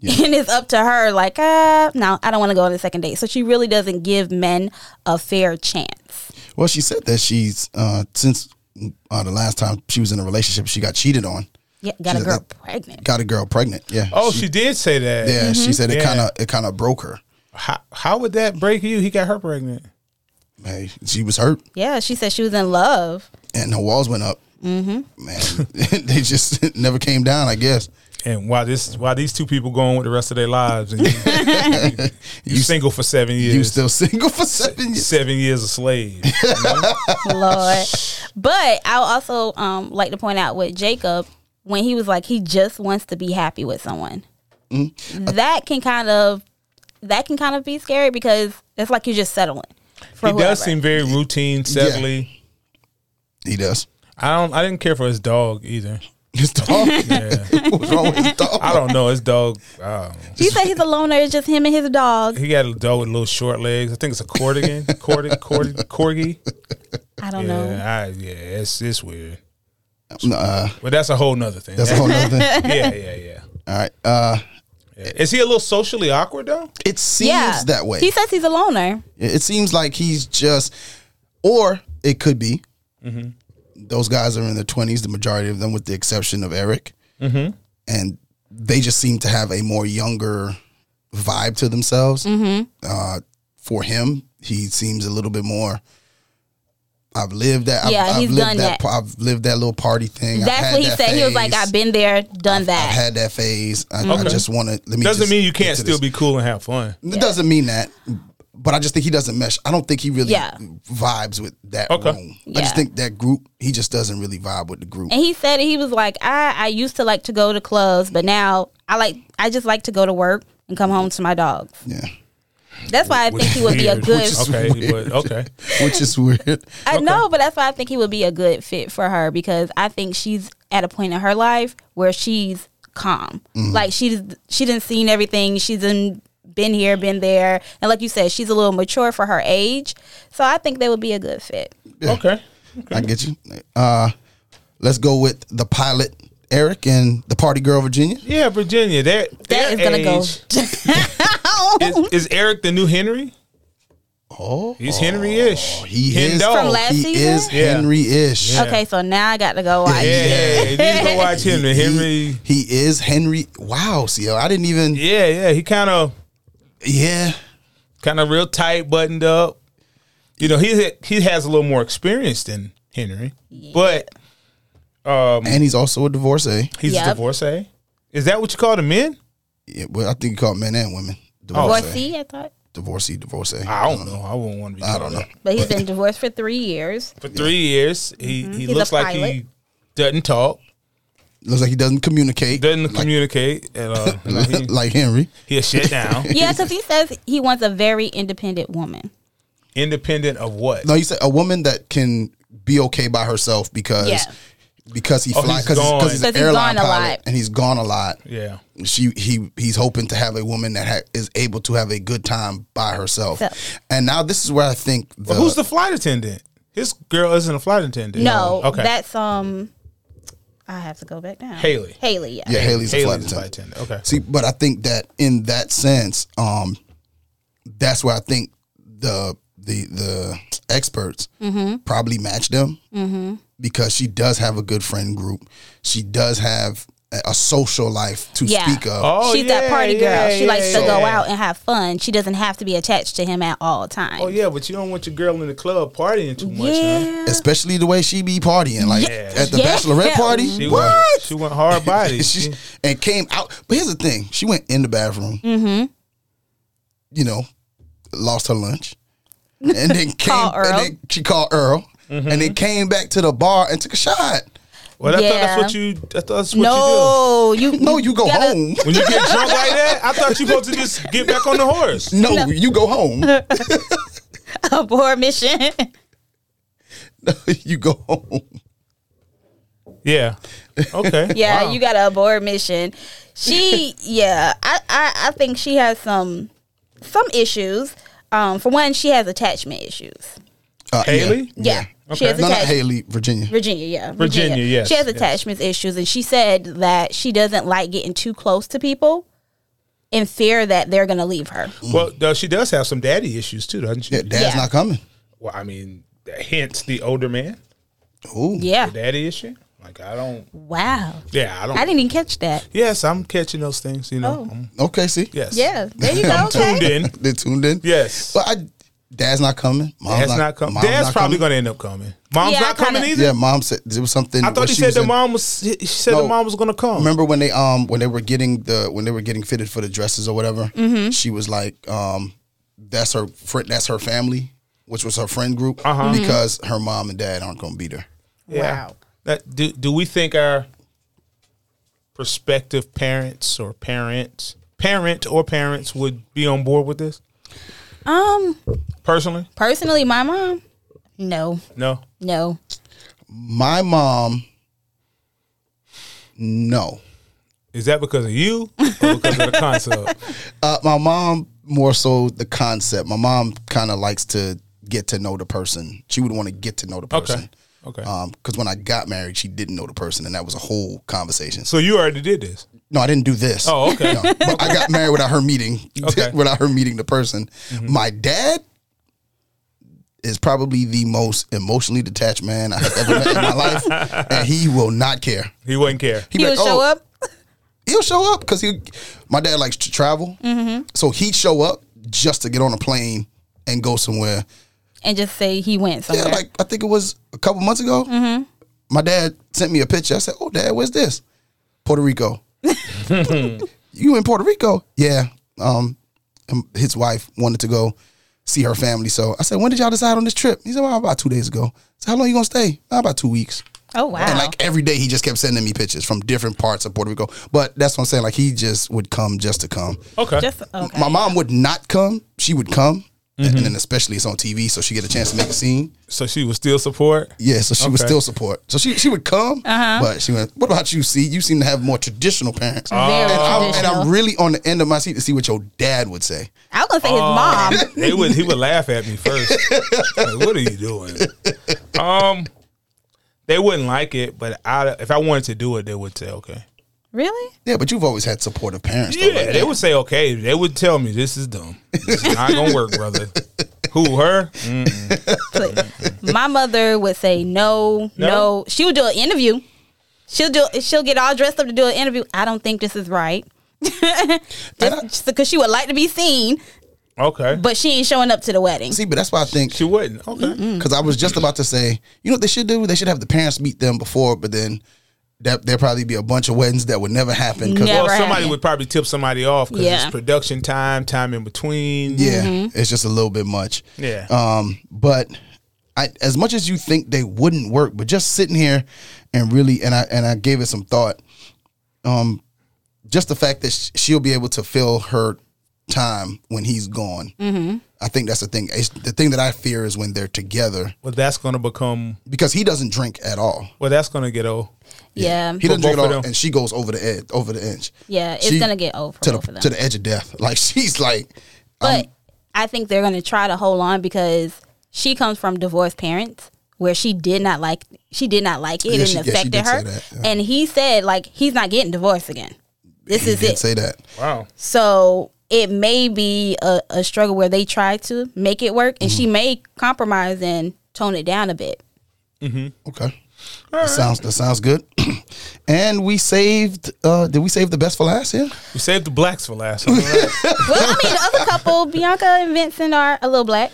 A: And it's up to her, like, uh, no, I don't want to go on a second date. So she really doesn't give men a fair chance.
C: well, she said that she's uh since uh, the last time she was in a relationship, she got cheated on.
A: Yeah, got a
C: She's
A: girl
C: like-
A: pregnant.
C: Got a girl pregnant. Yeah.
B: Oh, she, did say that.
C: yeah, she said it
B: Yeah.
C: kind of it kind of broke her.
B: How, how would that break you? He got her pregnant.
C: Hey, she was hurt.
A: Yeah, she said she was in love.
C: and her walls went up. Mm-hmm. Man, they just never came down. I guess
B: And why this? Why these two people going with the rest of their lives? And you, you single for seven years.
C: you still single for seven years.
B: seven years a slave.
A: Lord. But I would also um, like to point out with Jacob when
C: Mm-hmm.
A: he was like he just wants to be happy with someone. That can kind of that can kind of be scary because it's like you're just settling. For
B: He does
A: whoever.
B: seem very routine, sadly.
C: He does.
B: I don't. I didn't care for his dog either.
C: His dog. What's wrong with his dog?
B: I don't know his dog. I don't know.
A: You say he's a loner. It's just him and his dog.
B: He got a dog with little short legs. I think it's a Cordigan, Cordi, Cordi, Corgi.
A: I don't know.
B: Yeah, I, yeah, it's it's weird.
C: Nah,
B: But that's a whole nother thing.
C: that's a whole nother thing.
B: yeah, yeah, yeah,
C: All right. Uh,
B: yeah. Is he a little socially awkward though?
C: it seems
A: Yeah,
C: that way.
A: He says he's a loner.
C: It seems like he's just, or it could be.
B: Mm-hmm.
C: Those guys are in their twenties, the majority of them, with the exception of Eric,
B: Mm-hmm.
C: and they just seem to have a more younger vibe to themselves.
A: Mm-hmm.
C: Uh, for him, he seems a little bit more. I've lived that. I've,
A: Yeah,
C: I've
A: he's
C: lived
A: done that.
C: pa- I've lived that little party thing. I've
A: That's
C: had
A: what he
C: that
A: said. He was like,
C: phase.
A: "I've been there, done
C: I've
A: that."
C: had that phase. I, I
B: Okay.
C: just want to. Let me.
B: Doesn't
C: just
B: mean you
C: get
B: can't
C: to
B: still
C: this.
B: be cool and have fun.
C: It doesn't mean that, but I just think he doesn't mesh. I don't think he really
A: Yeah.
C: vibes with that
B: Okay.
C: room. I just
A: Yeah.
C: think that group, he just doesn't really vibe with the group.
A: And he said he was like, "I I used to like to go to clubs, but now I like I just like to go to work and come home to my dogs."
C: yeah.
A: That's why I think he would be a
B: Weird.
A: good.
B: Okay, he would- okay.
C: Which is weird.
A: I know, but that's why I think he would be a good fit for her because I think she's at a point in her life where she's calm.
B: Mm-hmm.
A: Like she's she didn't seen everything. She's in, been here, been there, and like you said, she's a little mature for her age. So I think they would be a good fit.
B: Okay.
C: I get you. Uh, let's go with the pilot, Eric, and the party girl, Virginia.
B: Yeah, Virginia. That
A: That
B: that
A: is gonna go
B: go. Is, is Eric the new Henry?
C: Oh,
B: He's Henry-ish.
C: he
B: Hen
C: is.
B: dog.
A: From last
C: he
A: season?
C: is
B: Yeah.
C: Henry ish.
A: Okay, so now I got to go watch.
B: Yeah, yeah. You need to go watch Henry. Henry.
C: He, he is Henry. Wow, CL. I didn't even.
B: Yeah,
C: Yeah.
B: yeah. He kind of kind of real tight, buttoned up. You know, he he has a little more experience than Henry, but um,
C: And he's also a divorcee.
B: he's
A: Yep.
B: a divorcee. Is that what you call the men?
C: Yeah, well, I think he called men and women.
A: Or
C: Divorcee.
A: see, I thought,
C: Divorcee, divorcee.
B: Oh. I don't know. I wouldn't want to be.
C: I don't know.
A: but he's been divorced for three years.
B: For three years, he he
A: a
B: looks like
A: pilot.
B: he doesn't talk,
C: Looks like he doesn't communicate.
B: doesn't communicate. And, uh, you know, he,
C: like Henry.
B: he'll shut down.
A: Yeah, because he says he wants a very independent woman.
B: Independent of what?
C: No, you said a woman that can be okay by herself because
A: Yeah.
C: because he
B: Oh,
C: flies
B: he's
C: because he's, 'cause he's
B: gone.
C: an
A: Because he's
C: airline
A: gone a
C: pilot
A: lot.
C: and he's gone a lot.
B: Yeah.
C: She he he's hoping to have a woman that ha- is able to have a good time by herself.
A: So-
C: And now this is where I think the,
B: But who's the flight attendant? His girl isn't a flight attendant.
A: No,
B: Okay.
A: that's um. I have to go back down.
B: Haley.
A: Haley, yeah.
C: yeah Haley's, a
B: Haley's
C: flight
B: a
C: attendant.
B: Okay.
C: See, but I think that in that sense, um, that's where I think the the the experts
A: Mm-hmm.
C: probably match them because she does have a good friend group. She does have a, a social life to
A: Yeah.
C: speak of.
B: Oh,
A: She's that
B: yeah,
A: party girl.
B: yeah,
A: she likes
B: yeah,
A: to go
B: yeah.
A: out and have fun. She doesn't have to be attached to him at all times.
B: Oh yeah, but you don't want your girl in the club partying too much. Huh?
A: yeah.
C: Especially the way she be partying, like at the
A: Yeah.
C: bachelorette party.
B: She
C: what?
B: went. She went hard body.
C: she,
B: She-
C: and came out. But here's the thing: she went in the bathroom. Mm-hmm. You know, lost her lunch, and then came.
A: Called Earl.
C: And then she called Earl,
B: Mm-hmm.
C: and then came back to the bar and took a shot.
B: well, I thought
A: Yeah.
B: that's what you. I thought that's what
A: no, you,
C: No, you go
A: gotta-
C: home.
B: you do. When you get drunk like that, I thought you supposed to just get back on the horse.
C: No, you go home.
A: Abort mission.
C: you go home.
B: Yeah. Okay.
A: yeah,
B: Wow.
A: you got to abort mission. She, yeah, I, I, I think she has some, some issues. Um, for one, she has attachment issues.
C: Uh, yeah.
B: Haley.
A: Yeah, she
B: Okay.
A: has
C: No, not
A: attachment.
C: Haley, Virginia.
A: Virginia, yeah.
B: Virginia, yes,
A: She has
B: yes.
A: attachment issues and she said that she doesn't like getting too close to people in fear that they're going to leave her.
B: Well, though, she does have some daddy issues too, doesn't she?
C: Mm-hmm. Yeah, dad's
A: Yeah.
C: not coming.
B: Well, I mean, hence the older man,
C: Ooh.
A: Yeah.
B: the daddy issue. Like I don't.
A: Wow.
B: Yeah, I don't.
A: I didn't even catch that.
B: yes, I'm catching those things. You know.
A: Oh.
B: Um,
C: Okay, see,
B: yes.
A: Yeah. There you go.
C: I'm
A: Okay.
B: Tuned in.
C: they tuned in.
B: Yes.
C: but I, dad's not coming. Mom's
B: Dad's not coming.
C: mom's
B: Dad's
C: not
B: probably
C: coming.
B: going to end up coming. Mom's
A: Yeah, I
B: not coming
A: kinda-
B: either.
C: Yeah, mom said there was something.
B: I
C: where
B: thought he
C: she
B: said
C: was
B: the
C: in-
B: mom was. She said
C: No.
B: the mom was going to come.
C: Remember when they um when they were getting the when they were getting fitted for the dresses or whatever?
B: Mm-hmm.
C: She was like, um, that's her friend, that's her family, which was her friend group,
B: Uh-huh.
C: because her mom and dad aren't gonna beat her.
A: Wow.
B: That, do do we think our prospective parents or parents parent or parents would be on board with this?
A: Um,
B: Personally,
A: personally, my mom, no,
B: no.
A: no.
C: My mom, no.
B: Is that because of you or because of the concept?
C: Uh, my mom more so the concept. My mom kind of likes to get to know the person. She would want to get to know the person.
B: Okay. Okay.
C: Because when I got married, she didn't know the person, and that was a whole conversation.
B: so you already did this.
C: No, I didn't do this.
B: Oh, okay.
C: No, but I got married without her meeting,
B: Okay.
C: without her meeting the person. My dad is probably the most emotionally detached man I have ever met in my life, and he will not care.
B: He wouldn't care.
C: be
A: He would
C: like,
A: show
C: "Oh,
A: up.
C: he'll show up because he my dad likes to travel
A: Mm-hmm.
C: so he'd show up just to get on a plane and go somewhere
A: And just say he went
C: yeah
A: somewhere.
C: like i think it was a couple months ago
A: Mm-hmm.
C: my dad sent me a picture i said oh dad where's this puerto rico you in puerto rico yeah um um, his wife wanted to go see her family so i said when did y'all decide on this trip he said well about two days ago I said, how long you gonna stay "Ah, about two weeks
A: oh wow.
C: and like every day, he just kept sending me pictures from different parts of Puerto Rico. But that's what I'm saying. Like he just would come just to come.
B: Okay.
A: just okay. Mm-hmm.
C: My mom would not come. She would come, and then especially it's on TV, so she get a chance to make a scene.
B: so she would still support.
C: Yeah, so she would
B: Okay.
C: still support. So she she would come,
A: Uh-huh.
C: but she went. What about you? See, you seem to have more traditional parents.
A: Very
C: and, I'm, and
A: traditional.
C: I'm really on the end of my seat to see what your dad would say.
A: I was gonna say his
C: Um,
A: mom.
B: They would. He would laugh at me first. Like, what are you doing? Um, they wouldn't like it, but I, if I wanted to do it, they would say okay.
A: Really?
C: Yeah, but you've always had supportive parents. though,
B: Yeah,
C: like
B: they
C: that.
B: would say okay. They would tell me this is dumb. This is not gonna work, brother. Who her? Mm,
A: But my mother would say no,
B: No?
A: no, She would do an interview. She'll do. She'll get all dressed up to do an interview. I don't think this is right. just because she would like to be seen,
B: okay,
A: but she ain't showing up to the wedding.
C: See, but that's why I think
B: she wouldn't. Okay,
A: Mm.
C: Because I was just about to say, you know what they should do? They should have the parents meet them before, but then that there'll probably be a bunch of weddings that would never happen. 'cause-
A: Never.
B: well, somebody
A: happened.
B: would probably tip somebody off because
A: Yeah.
B: it's production time, time in between.
C: yeah,
A: Mm-hmm.
C: it's just a little bit much.
B: Yeah.
C: Um, but I, as much as you think they wouldn't work, but just sitting here and really, and I and I gave it some thought. Um, just the fact that sh- she'll be able to fill her time when he's gone. Mm-hmm. I think that's the thing. It's, the thing that I fear is when they're together
B: Well, that's gonna become.
C: because he doesn't drink at all.
B: Well, that's gonna get old.
A: yeah,
C: He doesn't
B: For
C: drink
B: both of
C: it all,
B: them.
C: and she goes over the edge. Over the edge.
A: yeah. It's
C: She-
A: gonna get old for
C: to
A: both of
C: the
A: them.
C: to the edge of death. Like she's like,
A: but I think they're gonna try to hold on because she comes from divorced parents where she did not like she did not like it
C: Yeah,
A: and
C: she- yeah, she
A: affected
C: did say
A: her.
C: that,
A: And he said like he's not getting divorced again. This
C: he
A: is
C: did
A: it.
C: say that.
B: Wow.
A: So it may be a, a struggle where they try to make it work, and she
C: Mm-hmm.
A: may compromise and tone it down a bit.
C: Okay, that sounds that sounds good. and we saved. uh Did we save the best for last? Yeah.
B: We saved the blacks for last. All right.
A: Well, I mean, the other couple, Bianca and Vincent, are a little black.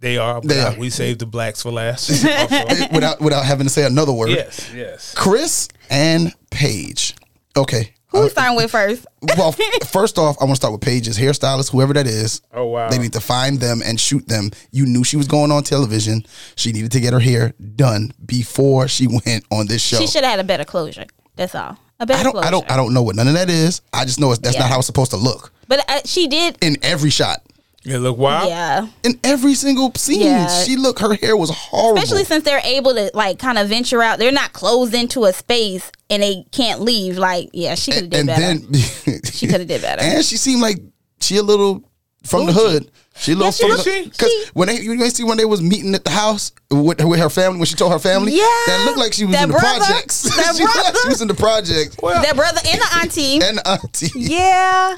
B: they are.
C: They
B: black.
C: are.
B: We saved the blacks for last. also.
C: without without having to say another word.
B: yes. Yes.
C: Chris and Paige. Okay.
A: Who we
C: Uh,
A: starting with first?
C: well, f- first off, I want to start with Paige's hairstylist, whoever that is.
B: Oh, wow.
C: They need to find them and shoot them. You knew she was going on television. She needed to get her hair done before she went on this show.
A: She should have had a better closure. That's all. A better
C: I don't,
A: closure.
C: I don't, I don't know what none of that is. I just know it's, that's not
A: Yeah.
C: how it's supposed to look
A: but uh, she did.
C: in every shot,
B: It look wild.
A: Yeah.
C: in every single scene.
A: Yeah.
C: She looked, her hair was horrible.
A: Especially since they're able to like kind of venture out, they're not closed into a space and they can't leave. Like, yeah, she could have
C: and,
A: did better.
C: then
A: she could have did better.
C: and she seemed like she a little from the hood. She a little
A: she
C: from
A: was.
C: the
A: She-
C: because when they you ain't see when they was meeting at the house with with her family when she told her family
A: Yeah.
C: that looked like she was
A: That
C: in the
A: brother.
C: projects.
A: That
C: she, looked like
A: brother.
C: she was in the projects
B: Well,
A: Their brother and the auntie.
C: and the auntie.
A: yeah.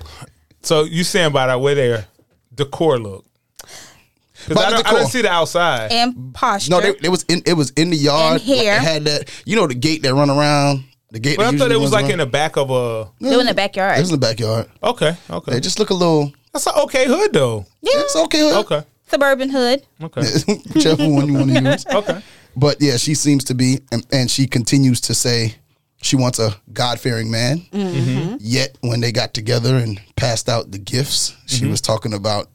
B: so you saying by that way there, decor look. Because
C: By
B: I,
C: the
B: don't- I don't
C: decor.
B: see the outside.
A: And posture.
C: No, they, they was in it was in the yard.
A: And hair.
C: Like, they had that you know the gate that run around the gate.
B: but
C: that
B: I thought
C: usually
B: it was
C: runs
B: like in
C: around.
B: the back of a.
A: They were in the backyard.
C: It was in the backyard.
B: Okay. Okay.
C: They just look a little.
B: That's an okay hood though.
A: Yeah.
C: It's okay. huh?
B: Okay.
A: Suburban hood.
B: Okay.
C: Whichever one you want to use.
B: Okay.
C: But yeah, she seems to be, and, and she continues to say she wants a God fearing man.
B: Mm-hmm.
C: Yet when they got together and passed out the gifts, she
B: Mm-hmm.
C: was talking about.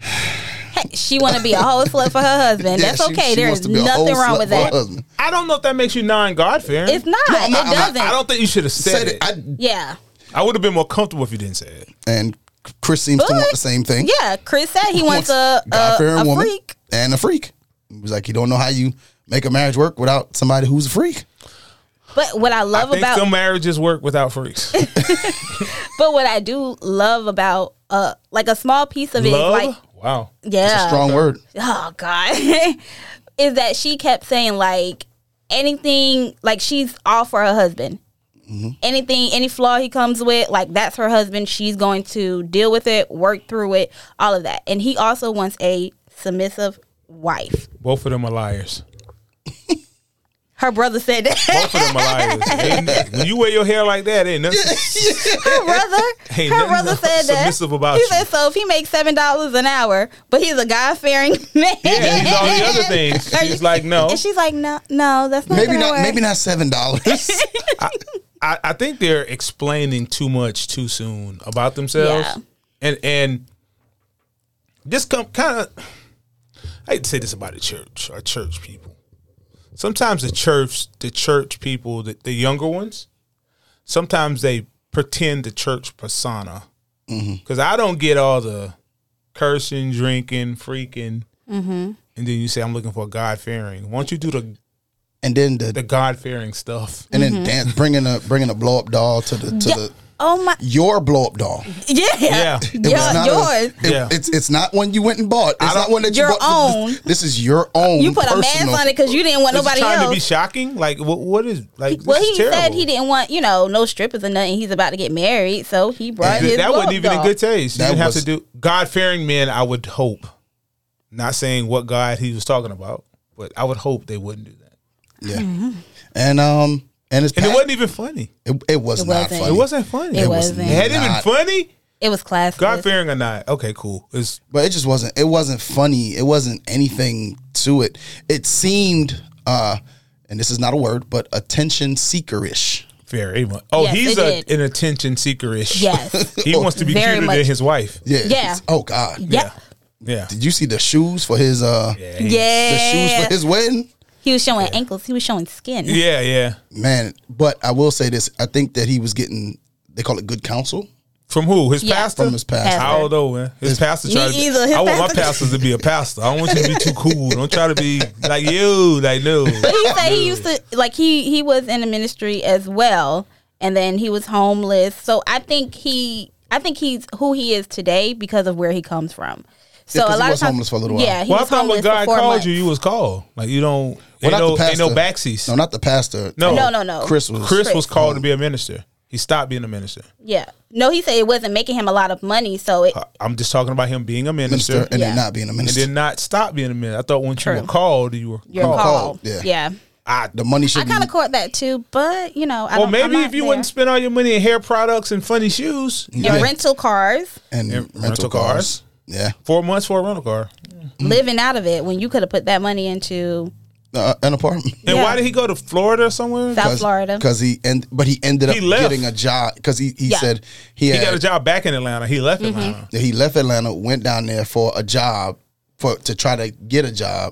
A: Hey, she want to be a whole slut for her husband.
C: Yeah,
A: That's
C: she-
A: okay.
C: she
A: There
C: wants
A: is
C: to be a whole
A: nothing wrong
C: slut
A: with
C: for her
A: that.
C: husband.
B: I don't know if that makes you non God fearing.
A: It's not.
C: No, I'm
A: it
C: not- I'm not-
A: doesn't.
B: I don't think you should have said,
C: Said
B: it.
C: it. I,
A: yeah.
B: I would have been more comfortable if you didn't say it.
C: and Chris seems to
A: But-
C: want the same thing.
A: Yeah, Chris said he wants a a,
C: God-fearing
A: a
C: woman
A: freak.
C: and a freak. He was like, you don't know how you make a marriage work without somebody who's a freak.
A: But what I
B: I
A: love
B: think
A: about
B: some marriages work without freaks.
A: but what I do love about uh like a small piece of it is
B: Love.
A: like
B: wow.
A: yeah
C: It's a strong word.
A: oh god is that she kept saying like anything like she's all for her husband
C: Mm-hmm.
A: anything any flaw he comes with like that's her husband she's going to deal with it work through it all of that and he also wants a submissive wife
B: Both of them are liars.
A: her brother said that
B: Both of them are liars. Ain't- when you wear your hair like that, ain't nothing.
A: her brother
B: Ain't
A: her
B: nothing
A: brother said that
B: submissive about
A: he
B: you.
A: said so if he makes seven dollars an hour but he's a god-fearing man
B: Yeah, and he's all the other things. She's like, no.
A: and she's like no no that's not
C: Maybe
A: gonna
C: not.
A: work.
C: Maybe not seven dollars.
B: I, I think they're explaining too much too soon about themselves,
A: Yeah.
B: and and this come kind of. I hate to say this about the church or church people. Sometimes the church, the church people, the, the younger ones, sometimes they pretend the church persona. Because I don't get all the cursing, drinking, freaking, and then you say I'm looking for God fearing. Why don't you do the
C: and then the,
B: the God fearing stuff?
C: and
A: Mm-hmm.
C: then dance, bringing a bringing a blow up doll to the to the
A: oh my
C: your blow up doll.
A: Yeah.
B: Yeah. It
A: Your-
C: It's not a-
A: yours.
C: it-
B: Yeah.
C: It's it's not one you went and bought. It's not one that
A: Your
C: you bought. This-
A: own.
C: This, is your own.
A: you put a
C: personal-
A: mask on it because you didn't want
B: Is he
A: nobody
B: trying to be
A: else.
B: shocking? Like what? What is like?
A: well,
B: this
A: he
B: is terrible.
A: said he didn't want, you know, no strippers or nothing. He's about to get married, so he brought his.
B: That, that wasn't
A: love
B: even in
A: doll.
B: good taste. You
C: That
B: didn't have to
C: was-
B: do God fearing men. I would hope. Not saying what God he was talking about, but I would hope they wouldn't do that.
C: Yeah.
A: Mm-hmm.
C: And um and it's
B: And it
C: packed.
B: wasn't even funny.
C: It, it was
A: It
C: not
A: wasn't.
C: funny.
B: It wasn't funny.
A: It
B: It,
A: wasn't.
B: had it been
C: not.
B: funny.
A: It was classic.
B: God fearing or not? Okay, cool. It's
C: but it just wasn't it wasn't funny it wasn't anything to it it seemed uh and this is not a word but attention seeker-ish
B: very much. Oh,
A: Yes, it
B: he's a,
A: did.
B: an attention seeker ish.
A: Yes.
B: he wants to be
A: Very
B: cuter
A: much.
B: than his wife.
C: yeah
A: Yeah.
C: It's- oh god
A: yeah.
B: Yeah.
C: did you see the shoes for his uh
B: Yeah. he-
A: Yeah.
C: the shoes for his wedding
A: he was showing ankles. He was showing skin.
B: Yeah. Yeah.
C: man but i will say this i think that he was getting they call it good counsel
B: From who? His
A: Yeah.
B: pastor.
C: From his pastor.
A: Pastor.
B: I don't know, man. His pastor
A: Me
B: tried. To be,
A: either. His
B: I want my
A: pastor-
B: pastors to be a pastor. I don't want you to be too cool. Don't try to be like you. Like no.
A: But he said he used to like he he was in the ministry as well, and then he was homeless. So I think he I think he's who he is today because of where he comes from. So
C: 'cause
A: a
C: he
A: lot
C: was
A: of times,
C: homeless for a little while.
A: Yeah, he
B: Well, I
A: was
B: thought
A: homeless
B: when God
A: for four
B: called
A: months.
B: you, you was called. Like you don't.
C: Well,
B: ain't,
C: not
B: no,
C: the
B: ain't no
C: pastor.
B: backseats.
C: no not the pastor
B: No.
A: No, no, no.
C: chris was
B: Chris, was
A: Chris.
B: called to be a minister. He stopped being a minister.
A: Yeah. No, he said it wasn't making him a lot of money, so it
B: I'm just talking about him being a minister,
C: minister and
A: Yeah.
C: then not being a
B: and
C: minister
B: then not stop being a minister. I thought once you
A: True.
B: were called, you were
A: your
B: called.
A: call.
C: called,
A: Yeah.
C: yeah. Mm-hmm. the money should
A: I
C: be
A: kind of caught that too, but you know, I
B: Well,
A: don't,
B: maybe
A: I'm not
B: if you
A: there.
B: wouldn't spend all your money in hair products and funny shoes,
A: your rental cars,
C: and rental,
B: rental
C: cars.
B: cars.
C: yeah
B: four months for a rental car.
C: Mm-hmm.
A: living out of it when you could have put that money into
C: uh, an apartment
B: And
A: Yeah.
B: why did he go to Florida or somewhere?
A: South Florida.
C: because he and but he ended up
B: He left.
C: getting a job because he, he
A: Yeah. Mm-hmm.
C: said he,
B: He
C: had,
B: got a job back in Atlanta. He left Atlanta.
C: that he left Atlanta, went down there for a job for to try to get a job,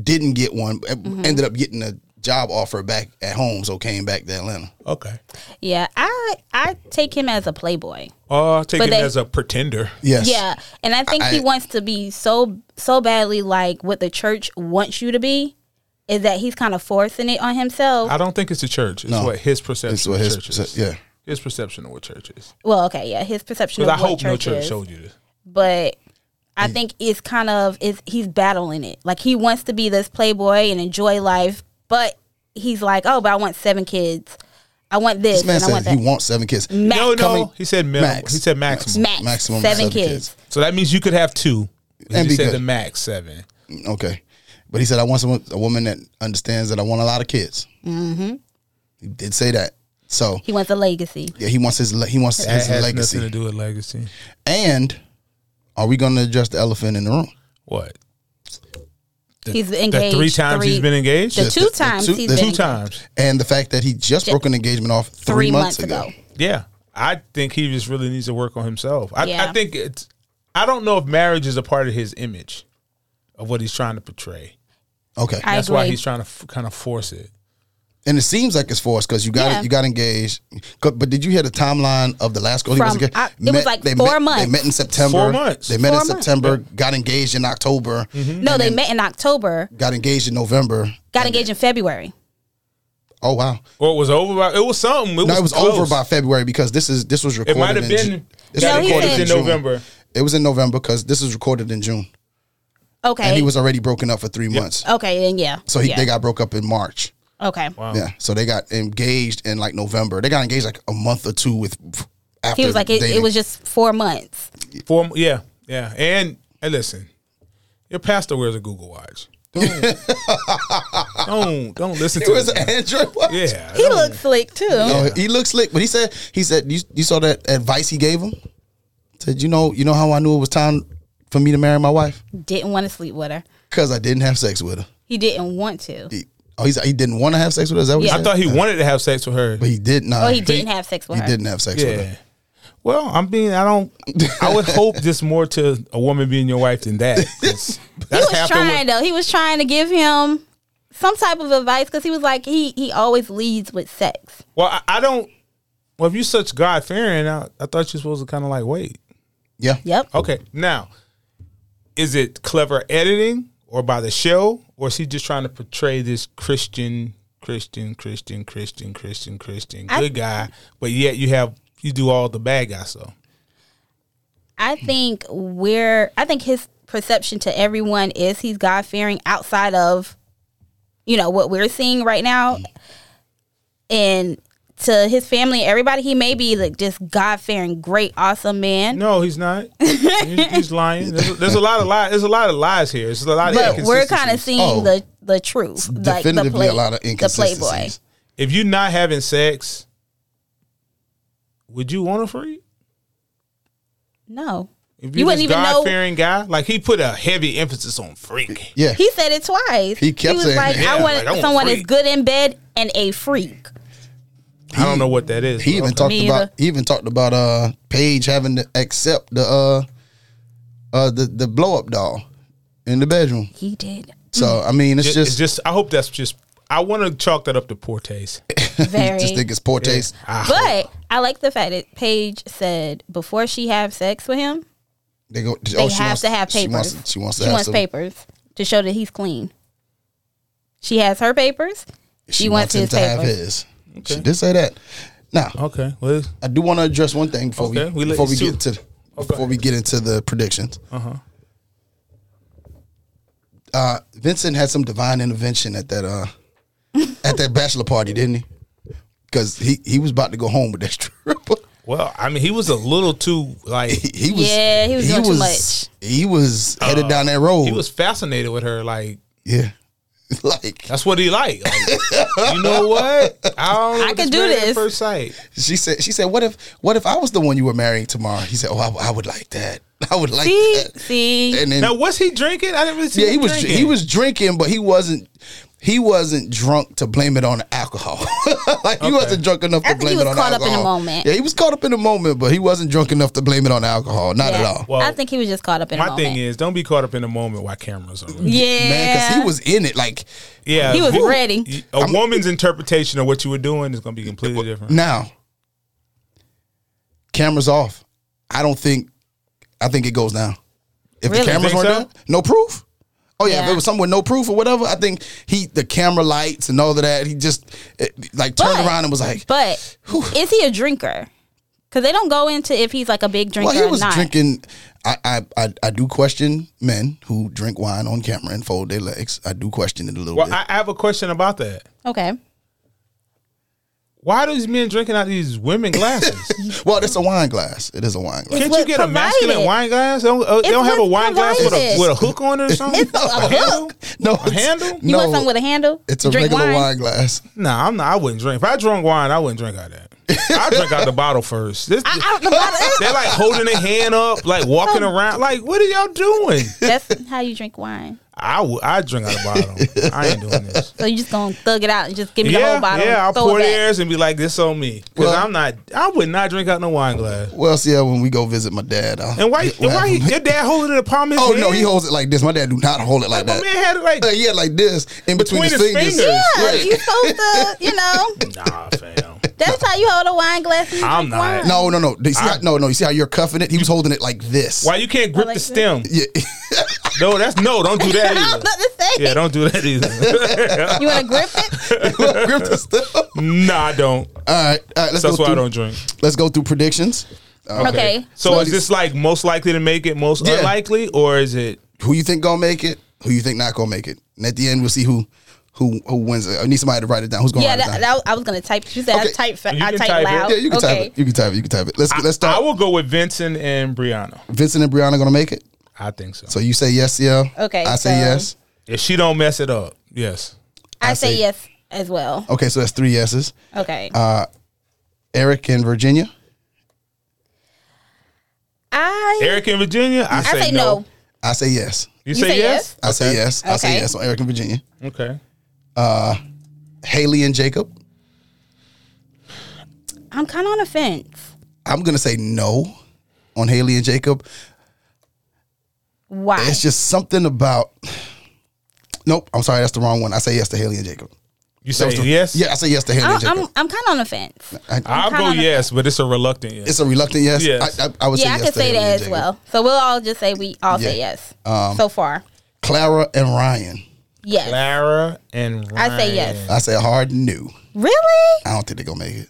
C: didn't get one, e-
A: Mm-hmm.
C: ended up getting a job offer back at home, so came back to Atlanta.
B: Okay.
A: Yeah, I I take him as a playboy.
B: Oh, I'll take
A: But
B: him
A: they-
B: as a pretender.
C: Yes.
A: Yeah, and I think he
C: I-
A: wants to be so so badly like what the church wants you to be, is that he's kind of forcing it on himself.
B: I don't think it's the church. It's
C: No.
B: what his perception
C: It's what
B: of
C: his
B: church
C: perce-
B: is.
C: yeah.
B: His perception of what church is.
A: well, okay, yeah, his perception of
B: Because I
A: what
B: hope
A: church
B: no church
A: is.
B: showed you this.
A: but I think it's kind of is he's battling it. Like he wants to be this playboy and enjoy life, but he's like, oh, but I want seven kids. I want this,
C: This man
A: and I want
C: said he
A: that.
C: wants seven kids.
A: Max,
B: No, no.
C: Coming-
B: he said minimum.
C: Max.
B: He said maximum.
A: max,
C: maximum
A: seven,
C: seven
A: kids.
C: kids.
B: So that means you could have two. He
C: And be
B: said
C: good.
B: the max seven.
A: Mm-hmm.
C: Okay. But he said, I want someone, a woman that understands that I want a lot of kids. Mm-hmm. He did say that. So
A: He wants a legacy.
C: yeah, he wants his le- he wants
B: That
C: his
B: has nothing
C: legacy.
B: to do with legacy.
C: And are we going to address the elephant in the room?
B: What?
A: He's
B: That
A: engaged
B: three times he's been engaged?
A: The
C: Just
A: two
C: the- the
A: times
C: two-
A: he's
C: the
A: been
B: two
A: engaged.
B: times.
C: And the fact that he just broke an engagement off three,
A: three months ago.
B: Yeah. I think he just really needs to work on himself. I,
A: Yeah.
B: I think it's I don't know if marriage is a part of his image of what he's trying to portray.
C: Okay.
A: I
B: That's
A: agree.
B: why he's trying to f- kind of force it.
C: And it seems like it's forced because you got
A: Yeah.
C: you got engaged. 'Cause- But did you hear the timeline of the last girl? he
A: From-
C: engaged-
A: I- it was like
C: they
A: four
C: met,
A: months.
C: They met in September.
B: Four months. Mm-hmm.
C: They met
A: Four
C: in
A: months.
C: September. Got engaged in October.
A: No, they met in October,
C: Got engaged in November.
A: got engaged in February.
C: Oh wow!
B: Or it was over by it was something. It
C: No,
B: was
C: it was
B: close.
C: over by February because this is this was recorded.
B: might have
C: in
B: been-
C: Ju- this
A: No,
C: was
A: he
C: recorded
A: said-
B: in
C: June.
B: November.
C: It was in November because this was recorded in June,
A: Okay.
C: and he was already broken up for three months.
A: okay, then yeah.
C: So he,
A: yeah.
C: they got broke up in March.
A: Okay.
B: Oh.
C: Yeah. So they got engaged in like November. They got engaged like a month or two with. After
A: He was like, it, it
C: dating.
A: was just four months.
B: Four, yeah, yeah. And and listen, your pastor wears a Google Watch. Don't don't, don't listen
C: It
B: to
C: was
B: it.
C: an Android watch.
B: Yeah,
A: He
B: don't-
A: looked slick too.
C: No, he looked slick, but he said he said you, you saw that advice he gave him. Said you know you know how I knew it was time for me to marry my wife
A: Didn't want to sleep with her.
C: because I didn't have sex with her.
A: He didn't want to.
C: He, oh, he's, he didn't want to have sex with her. Is that what
A: Yeah.
C: he
B: I
C: said?
B: thought he wanted to have sex with her.
C: but he did not.
A: Oh, he didn't have sex with
C: He
A: her.
C: didn't have sex with
B: Yeah.
C: her.
B: Well, I'm being. I don't. I would hope this more to a woman being your wife than that. 'cause
A: He
B: That's
A: was
B: half the
A: trying though. He was trying to give him some type of advice because he was like, he he always leads with sex.
B: Well, I, I don't. Well, if you such God fearing, I, I thought you're supposed to kind of like wait.
C: Yeah.
A: Yep.
B: Okay, now, is it clever editing or by the show, or is he just trying to portray this Christian, Christian, Christian, Christian, Christian, Christian,
A: I-
B: good guy, but yet you have you do all the bad guy stuff.
A: I think we're. I think his perception to everyone is he's God fearing outside of, you know, what we're seeing right now, and to his family, everybody, he may be like just God fearing, great, awesome man.
B: No, he's not. he's, he's lying. There's a, there's a lot of lies. There's a lot of lies here. There's a lot
A: but
B: of
A: we're kind of
B: inconsistencies.
A: seeing
C: Oh.
A: the the truth, like the
C: Definitively
A: play,
C: a lot
A: the
C: of
A: Playboy.
C: inconsistencies.
B: If you're not having sex, would you want to free?
A: No,
B: If
A: you
B: you're
A: wouldn't even know.
B: God fearing guy, like he put a heavy emphasis on freak.
C: Yeah.
A: He said it twice.
C: He kept
A: was
C: saying
A: like,
C: it.
B: Yeah,
A: I want
B: like, I want
A: someone that's
B: freak.
A: good in bed and a freak.
B: I don't know what that is.
C: He
B: but
C: even
B: okay.
C: talked
A: Me
C: about
A: either.
C: he even talked about uh Paige having to accept the uh uh the, the blow up doll in the bedroom.
A: He did
C: So
A: Mm.
C: I mean it's
B: It's
C: just
B: just, I hope that's just. I want to chalk that up to poor taste.
A: very.
C: just think "Ah, it's poor taste.
A: but I like the fact that Paige said before she have sex with him,
C: They go
A: they
C: oh, she
A: have
C: wants-
A: to have papers.
C: She wants she wants to
A: She
C: have
A: wants
C: some-
A: papers to show that he's clean. She has her papers. She,
C: She
A: wants,
C: wants him
A: his
C: to have
A: papers.
C: his. She did say that. Now,
B: Okay. Well,
C: I do want to address one thing before
B: Okay, we
C: we,
B: let
C: before
B: you Oh,
C: we
B: two-
C: get to before we get into the predictions. Uh-huh. Uh, Vincent had some divine intervention at that uh at that bachelor party, didn't he? Because he he was about to go home with that stripper.
B: well, I mean, he was a little too like
C: He, he was
A: Yeah, he was doing too much.
C: He was headed down that road.
B: Uh, he was fascinated with her. Like
C: yeah, like
B: that's what he liked. Like, you know what? I don't. know
A: I
B: if
A: could
B: it's
A: do
B: married at
A: this.
B: first sight.
C: she said. She said, "What if what if I was the one you were marrying tomorrow?" He said, "Oh, I, I would like that. I would like
A: See,
C: that."
A: see,
C: And then
B: Now, was he drinking? I didn't really see.
C: Yeah,
B: him
C: he was
B: Drinking.
C: he was drinking, but he wasn't he wasn't drunk to blame it on the alcohol. like he wasn't drunk enough to
A: I think he
C: blame
A: was
C: it on
A: caught up in
C: alcohol.
A: the moment.
C: Yeah, he was caught up in the moment, but he wasn't drunk enough to blame it on alcohol. Not at
A: Yeah.
C: all.
B: Well,
A: I think he was just caught up in
B: My
A: a moment.
B: thing is, don't be caught up in the moment while cameras are. on.
A: yeah,
C: Man, because he was in it. Like
B: Yeah,
A: He was
B: who-
A: ready.
B: A woman's interpretation of what you were doing is going to be completely different.
C: now, cameras off. I don't think I think it goes down. If
A: Really?
C: the cameras
B: Think
C: weren't
B: so?
C: down, no proof. Oh yeah,
A: Yeah.
C: if it was someone with no proof or whatever, I think he the camera lights and all of that. He just eh, like turned
A: But-
C: around and was like,
A: But is he a drinker? Because they don't go into if he's like a big drinker
C: Well, he
A: or
C: was
A: not.
C: drinking. I, I, I I do question men who drink wine on camera and fold their legs. I do question it a little
B: Well,
C: bit.
B: I, I have a question about that.
A: Okay.
B: Why are these men drinking out of these women glasses?
C: well, it's a wine glass. It is a wine glass.
B: Can't
A: what
B: you get a masculine
A: provided.
B: wine glass? They don't, uh, they
A: It's
B: don't have a
A: what's
B: wine glass with a,
A: provided.
B: with a hook on it or something?
A: It's a
B: handle?
A: hook.
C: No,
B: A handle?
A: You want something with a handle?
C: it's a
A: Drink
C: regular
A: wine?
C: wine glass.
B: Nah, I'm not, I wouldn't drink. If I drunk wine, I wouldn't drink out of that. I drink out the bottle first. This,
A: Out the bottle.
B: they're like holding their hand up, like walking
A: Oh.
B: around. Like, what are y'all doing?
A: That's how you drink wine.
B: I w- I drink out the bottle. I ain't doing this.
A: So you just gonna thug it out and just give me the whole
B: Yeah,
A: bottle.
B: yeah. I'll
A: throw
B: pour
A: it back.
B: theirs and be like, this on me because
C: Well-
B: I'm not. I would not drink out no wine glass.
C: Well, see, yeah, when we go visit my dad, I'll,
B: And why? And
C: we'll
B: why
C: have him-
B: he, your dad holding it in the palm of his
C: Oh
B: hand?
C: no, he holds it like this. My dad do not hold it like
B: My
C: that.
B: man had it like,
C: Uh, yeah, like this in
B: Between
C: between, his,
B: his
C: fingers.
B: fingers.
A: Yeah, you supposed to, you know.
B: nah, fam.
A: That's how you hold a wine glass. And you
B: I'm
A: drink
B: not.
A: Wine.
C: No, no, no. Do You see how, no, no. You see how you're cuffing it? He was holding it like this.
B: Why you can't grip
A: like
B: the
A: this.
B: stem?
C: Yeah.
B: No, that's no. Don't do
A: I
B: that
A: was
B: either.
A: about to say.
B: Yeah, don't do that either.
A: You want to grip it?
C: Grip the stuff. All
B: nah, I don't.
C: right, all right. Let's
B: That's
C: go
B: why I
C: through.
B: don't drink.
C: Let's go through predictions.
A: Okay.
B: So is this like most likely to make it, most
C: Yeah.
B: unlikely, or is it?
C: Who you think gonna make it? Who you think not gonna make it? And at the end, we'll see who who who wins. it. I need somebody to write it down. Who's gonna
A: Yeah,
C: write it
A: that,
C: down?
A: that, I was gonna type. She said
C: Okay.
A: I type. fa-
B: You
A: I
B: can
A: type,
B: type it.
A: loud.
C: yeah, you can
A: okay.
C: type it. You can type it. You can type it. Let's let's
B: I
C: start.
B: will go with Vincent and Brianna.
C: Vincent and Brianna gonna make it.
B: I think so.
C: So you say yes, yeah.
A: Okay,
C: I say
A: so-
C: yes.
B: If she don't mess it up, yes.
A: I,
C: I
A: say,
C: say-
A: yes as well.
C: Okay, so that's three yeses.
A: Okay.
C: Uh, Eric and Virginia.
A: I
B: Eric and Virginia, I,
A: I say no.
C: I say yes.
B: You, say, yes?
C: I say yes. I say
A: Okay.
C: yes on Eric and Virginia.
B: Okay.
C: Haley and Jacob.
A: I'm kind of on the fence.
C: I'm gonna say no on Haley and Jacob.
A: Why?
C: It's just something about. Nope, I'm sorry, that's the wrong one. I say yes to Haley and Jacob.
B: You
C: That
B: say
C: was the-
B: yes?
C: Yeah, I say yes to Haley
A: I'm
C: and Jacob.
A: I'm, I'm kind of on the fence.
C: I,
B: I'll go
A: kinda-
B: yes, but it's a reluctant yes.
C: it's a reluctant yes.
B: Yes.
C: I, I, I would
A: Yeah,
C: say yes
A: I can
C: to
A: say
C: Haley and
A: that as
C: Jacob.
A: well. So we'll all just say we all say
C: Yeah. Um,
A: yes. so far,
C: Clara and Ryan.
A: yes.
B: Clara and Ryan.
A: I say yes.
C: I say hard new.
A: Really?
C: I don't think they're gonna make it.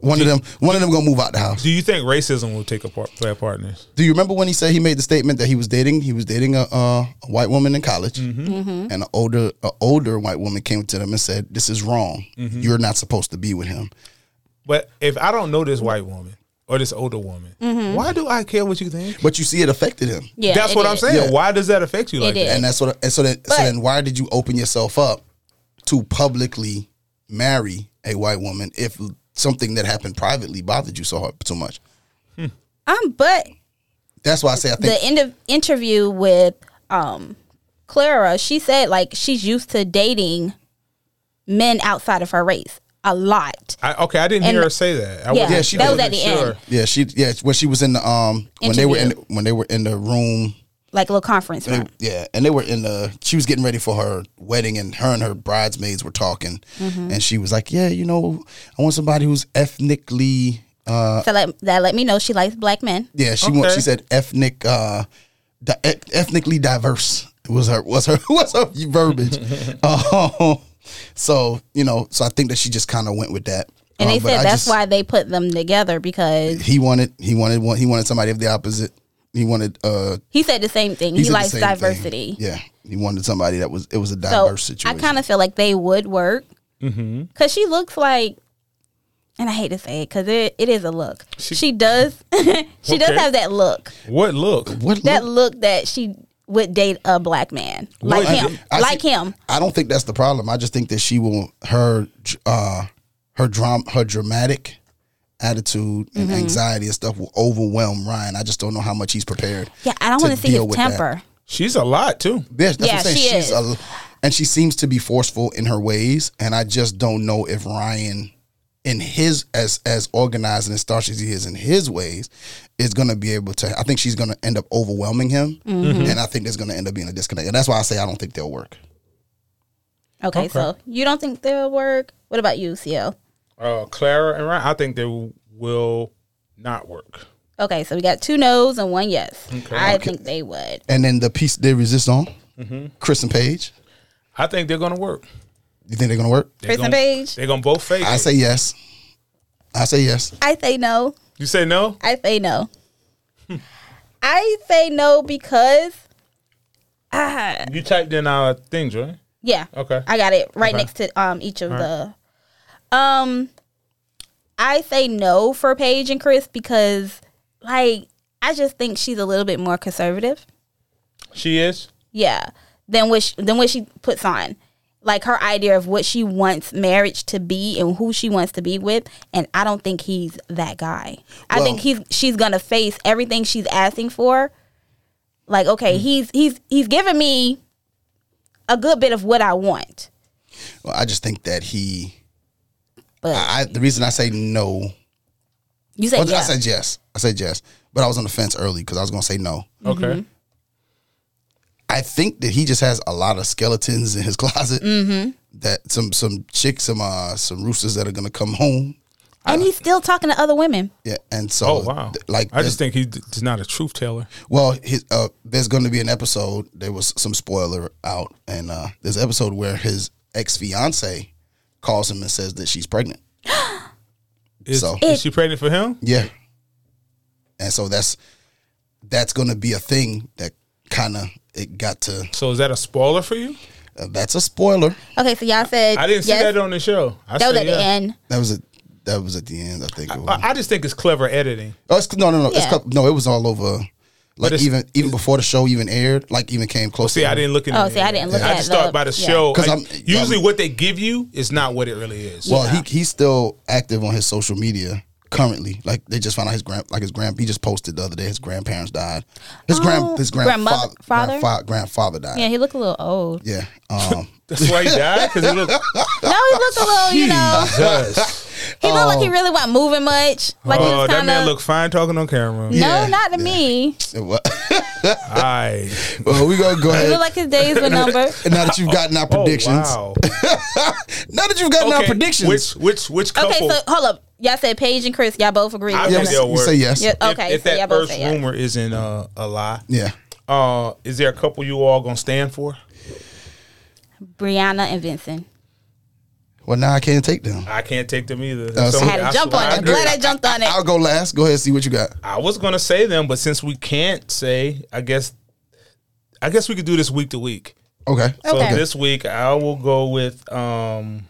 C: One of them, one of them gonna move out the house.
B: Do you think racism will take apart play partners?
C: Do you remember when he said he made the statement that he was dating? He was dating a, uh, a white woman in college,
A: Mm-hmm.
C: and an older, a older white woman came to them and said, "This is wrong. You're not supposed to be with him."
B: But if I don't know this white woman or this older woman, why do I care what you think?
C: But you see, it affected him,
A: Mm-hmm. Yeah.
B: That's
A: it
B: what
A: is.
B: I'm saying.
C: Yeah.
B: Why does that affect you like
A: did.
B: that?
C: and that's what. And so then, so
A: But-
C: then, why did you open yourself up to publicly marry a white woman if something that happened privately bothered you so hard, so much?
A: Um, but
C: That's why I say I think
A: the end of interview with um Clara, she said like she's used to dating men outside of her race a lot.
B: I, okay, I didn't
A: And-
B: hear her say that. I
A: Yeah,
B: wasn't-
C: Yeah, she that was
A: at
B: wasn't
A: the
B: sure.
A: end.
C: Yeah, she yeah when she was in the um when they were in the, when they were in the room
A: Like a little conference room.
C: yeah and they were in the she was getting ready for her wedding and her and her bridesmaids were talking
A: Mm-hmm.
C: and she was like yeah you know I want somebody who's ethnically uh
A: So let, that let me know she likes black men.
C: yeah she wants
B: Okay.
C: she said ethnic uh di- eth- ethnically diverse was her was her was her verbiage uh, so you know so I think that she just kind of went with that
A: And
C: Uh,
A: they
C: but
A: said
C: I
A: that's
C: just-
A: why they put them together because
C: he wanted he wanted one he wanted somebody of the opposite he wanted uh
A: he said the same thing. He,
C: said the
A: likes
C: same thing.
A: diversity.
C: Yeah, he wanted somebody that was it was a
A: So
C: diverse situation.
A: I kind of feel like they would work because she looks like, and I hate to say it because it, it is a look. She, does she
B: Okay.
A: does have that look.
B: What look?
C: what
A: that look that she would date a black man like
C: I
A: him,
C: thi- I
A: like
C: thi-
A: him.
C: I don't think that's the problem. I just think that she will her uh her drama her dramatic attitude and
A: Mm-hmm.
C: anxiety and stuff will overwhelm Ryan. I just don't know how much he's prepared.
A: Yeah, I don't
C: to
A: want to see
C: deal
A: his
C: with that.
A: temper.
B: She's a lot too.
C: Yeah, that's
A: Yeah,
C: what I'm saying.
A: she is.
C: She's a, and she seems to be forceful in her ways, and I just don't know if Ryan, in his as as organized and as staunch as he is in his ways, is going to be able to. I think she's going to end up overwhelming him,
A: Mm-hmm.
C: and I think there's going to end up being a disconnect. And that's why I say I don't think they'll work.
A: Okay, so you don't think they'll work? What about you, CL?
B: Uh, Clara and Ryan, I think they will not work.
A: Okay, so we got two no's and one yes. I think they would.
C: And then the piece they resist on, Chris and Paige.
B: I think they're gonna work.
C: You think they're going to work?
B: They're
A: Chris and
B: gonna-
A: Paige,
B: They're gonna both fake.
C: I
B: it.
C: say yes. I say yes.
A: I say no.
B: you say no.
A: I say no. I say no because, ah,
B: You typed in our things, right?
A: yeah.
B: Okay.
A: I got it right
B: Okay.
A: next to um each of the um I say no for Paige and Chris because like I just think she's a little bit more conservative.
B: she is.
A: Yeah. Than what she, than what she puts on. like her idea of what she wants marriage to be and who she wants to be with and i don't think he's that guy i
C: Well-
A: think he's she's gonna face everything she's asking for like okay he's he's he's giving me a good bit of what i want
C: Well, I just think that he.
A: but
C: I, I the reason I say no.
A: you say
C: Well,
A: yeah.
C: Oh, I said yes. I said yes, but I was on the fence early because I was gonna say no.
B: Okay.
A: Mm-hmm.
C: I think that he just has a lot of skeletons in his closet. That some some chicks, some uh, some roosters that are gonna come home.
A: and he's still talking to other women
C: Yeah, and so
B: Oh wow!
C: th- like
B: I just think he d- is not a truth teller.
C: Well, his, uh, there's going to be an episode. There was some spoiler out, and uh, there's an episode where his ex fiance calls him and says that she's pregnant.
B: Is,
C: So-
B: is she pregnant for him?
C: Yeah, and so that's that's going to be a thing that kind of it got to.
B: So is that a spoiler for you?
C: Uh, that's a spoiler.
A: okay so y'all said
B: I didn't see
A: yes.
B: that on the show. I
A: that was
B: said,
A: at the
B: yeah.
A: end
C: That was a that was at the end. I think. It was.
B: I, I just think it's clever editing.
C: oh, it's, no, no, no. It's
A: Yeah.
C: cou- no, it was all over. Like
B: it's-
C: even even before the show even aired, like even came close.
B: See, I didn't look at.
A: Oh,
B: it.
A: see, I didn't look
B: I
A: at
B: just
A: the-
B: start by the
A: yeah.
B: show.
C: 'Cause
B: I-
C: I'm- yeah,
B: usually,
C: I'm-
B: what they give you is not what it really is.
C: Well, he he's still active on his social media currently. Like they just found out his grand like his grand he just posted the other day his grandparents died. His
A: Oh,
C: grand his grandfather
A: grandmother- father?
C: grandfather, grandfather died.
A: yeah
C: Yeah.
A: he looked a little old
C: Um
B: That's why he died because he looked.
C: Oh,
A: no he looked a little you know
B: Jesus.
A: he looked like he really wasn't moving much like he
B: Oh,
A: was
B: that
A: kind
B: man
A: of
B: looked fine talking on camera.
A: no
C: Yeah.
A: not to me
C: well,
B: I.
C: well, we gonna go
A: He
C: ahead.
A: looked like his days were numbered.
C: And now that you've gotten our
B: Oh,
C: predictions,
B: wow.
C: now that you've gotten our
B: Okay,
C: predictions,
B: Which which which
A: Okay,
B: couple?
A: so hold up. Y'all said Paige and Chris. Y'all both agree.
B: I
A: with
C: yeah,
B: think
A: that.
C: we,
B: they'll
C: we say
B: work.
C: yes,
A: Yeah,
B: If-
A: okay,
B: if,
A: so y'all
B: that
A: both
B: first
A: say yes.
B: rumor isn't uh, a lie,
C: yeah,
B: uh, is there a couple you all gonna stand for?
A: Brianna and Vincent.
C: Well, now I can't take them.
B: I can't take them either.
C: Uh, so-
A: I had to jump on it. I'm
B: agree.
A: glad I jumped on it.
C: I'll go last. Go ahead, see what you got.
B: I was gonna say them, but since we can't say, I guess, I guess we could do this week to week.
C: Okay,
B: So
A: Okay.
B: this week I will go with um,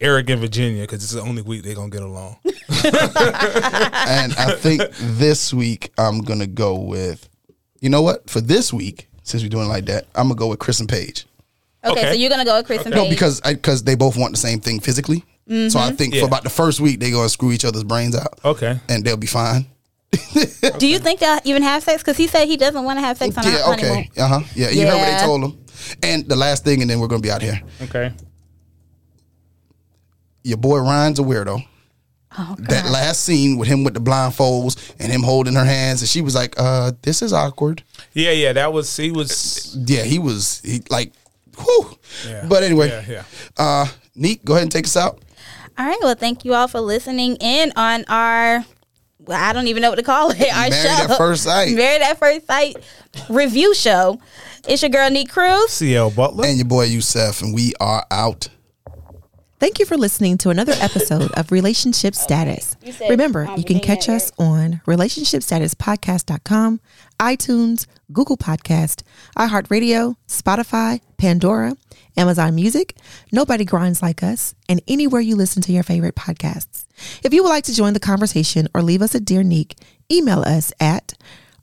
B: Eric and Virginia because it's the only week they're gonna get along.
C: and I think this week I'm gonna go with, you know what? For this week, since we're doing it like that, I'm gonna go with Chris and Paige.
A: Okay,
B: okay.
A: so you're gonna go with Chris and
C: No,
A: Paige.
C: because because they both want the same thing physically. So
A: Mm-hmm.
C: I think
B: Yeah.
C: for about the first week they gonna screw each other's brains out,
B: Okay.
C: and they'll be fine.
A: Do you think they'll even have sex? Because he said he doesn't want to have sex on our
C: yeah.
A: honeymoon.
C: Okay. Uh huh. Yeah. You heard what they
A: Yeah.
C: told them. And the last thing, and then we're gonna be out here.
B: Okay.
C: Your boy Ryan's a weirdo.
A: Oh,
C: That last scene with him with the blindfolds and him holding her hands, and she was like, "Uh, this is awkward."
B: Yeah, yeah. That was he was.
C: Yeah, he was he, like, whew.
B: Yeah.
C: But anyway,
B: Yeah, yeah.
C: uh, Neat, go ahead and take us out.
A: All right. Well, thank you all for listening in on our. Well, I don't even know what to call it. Our
C: Married
A: show.
C: at First Sight.
A: Married at First Sight review show. It's your girl, Neat Cruz.
B: CL Butler.
C: And your boy Youssef, and we are out.
D: Thank you for listening to another episode of Relationship Status.
A: You said,
D: Remember,
A: um,
D: you can
A: Virginia
D: catch
A: and
D: us on relationshipstatuspodcast.com, iTunes, Google Podcast, iHeartRadio, Spotify, Pandora, Amazon Music, Nobody Grinds Like Us, and anywhere you listen to your favorite podcasts. If you would like to join the conversation or leave us a dear nick, email us at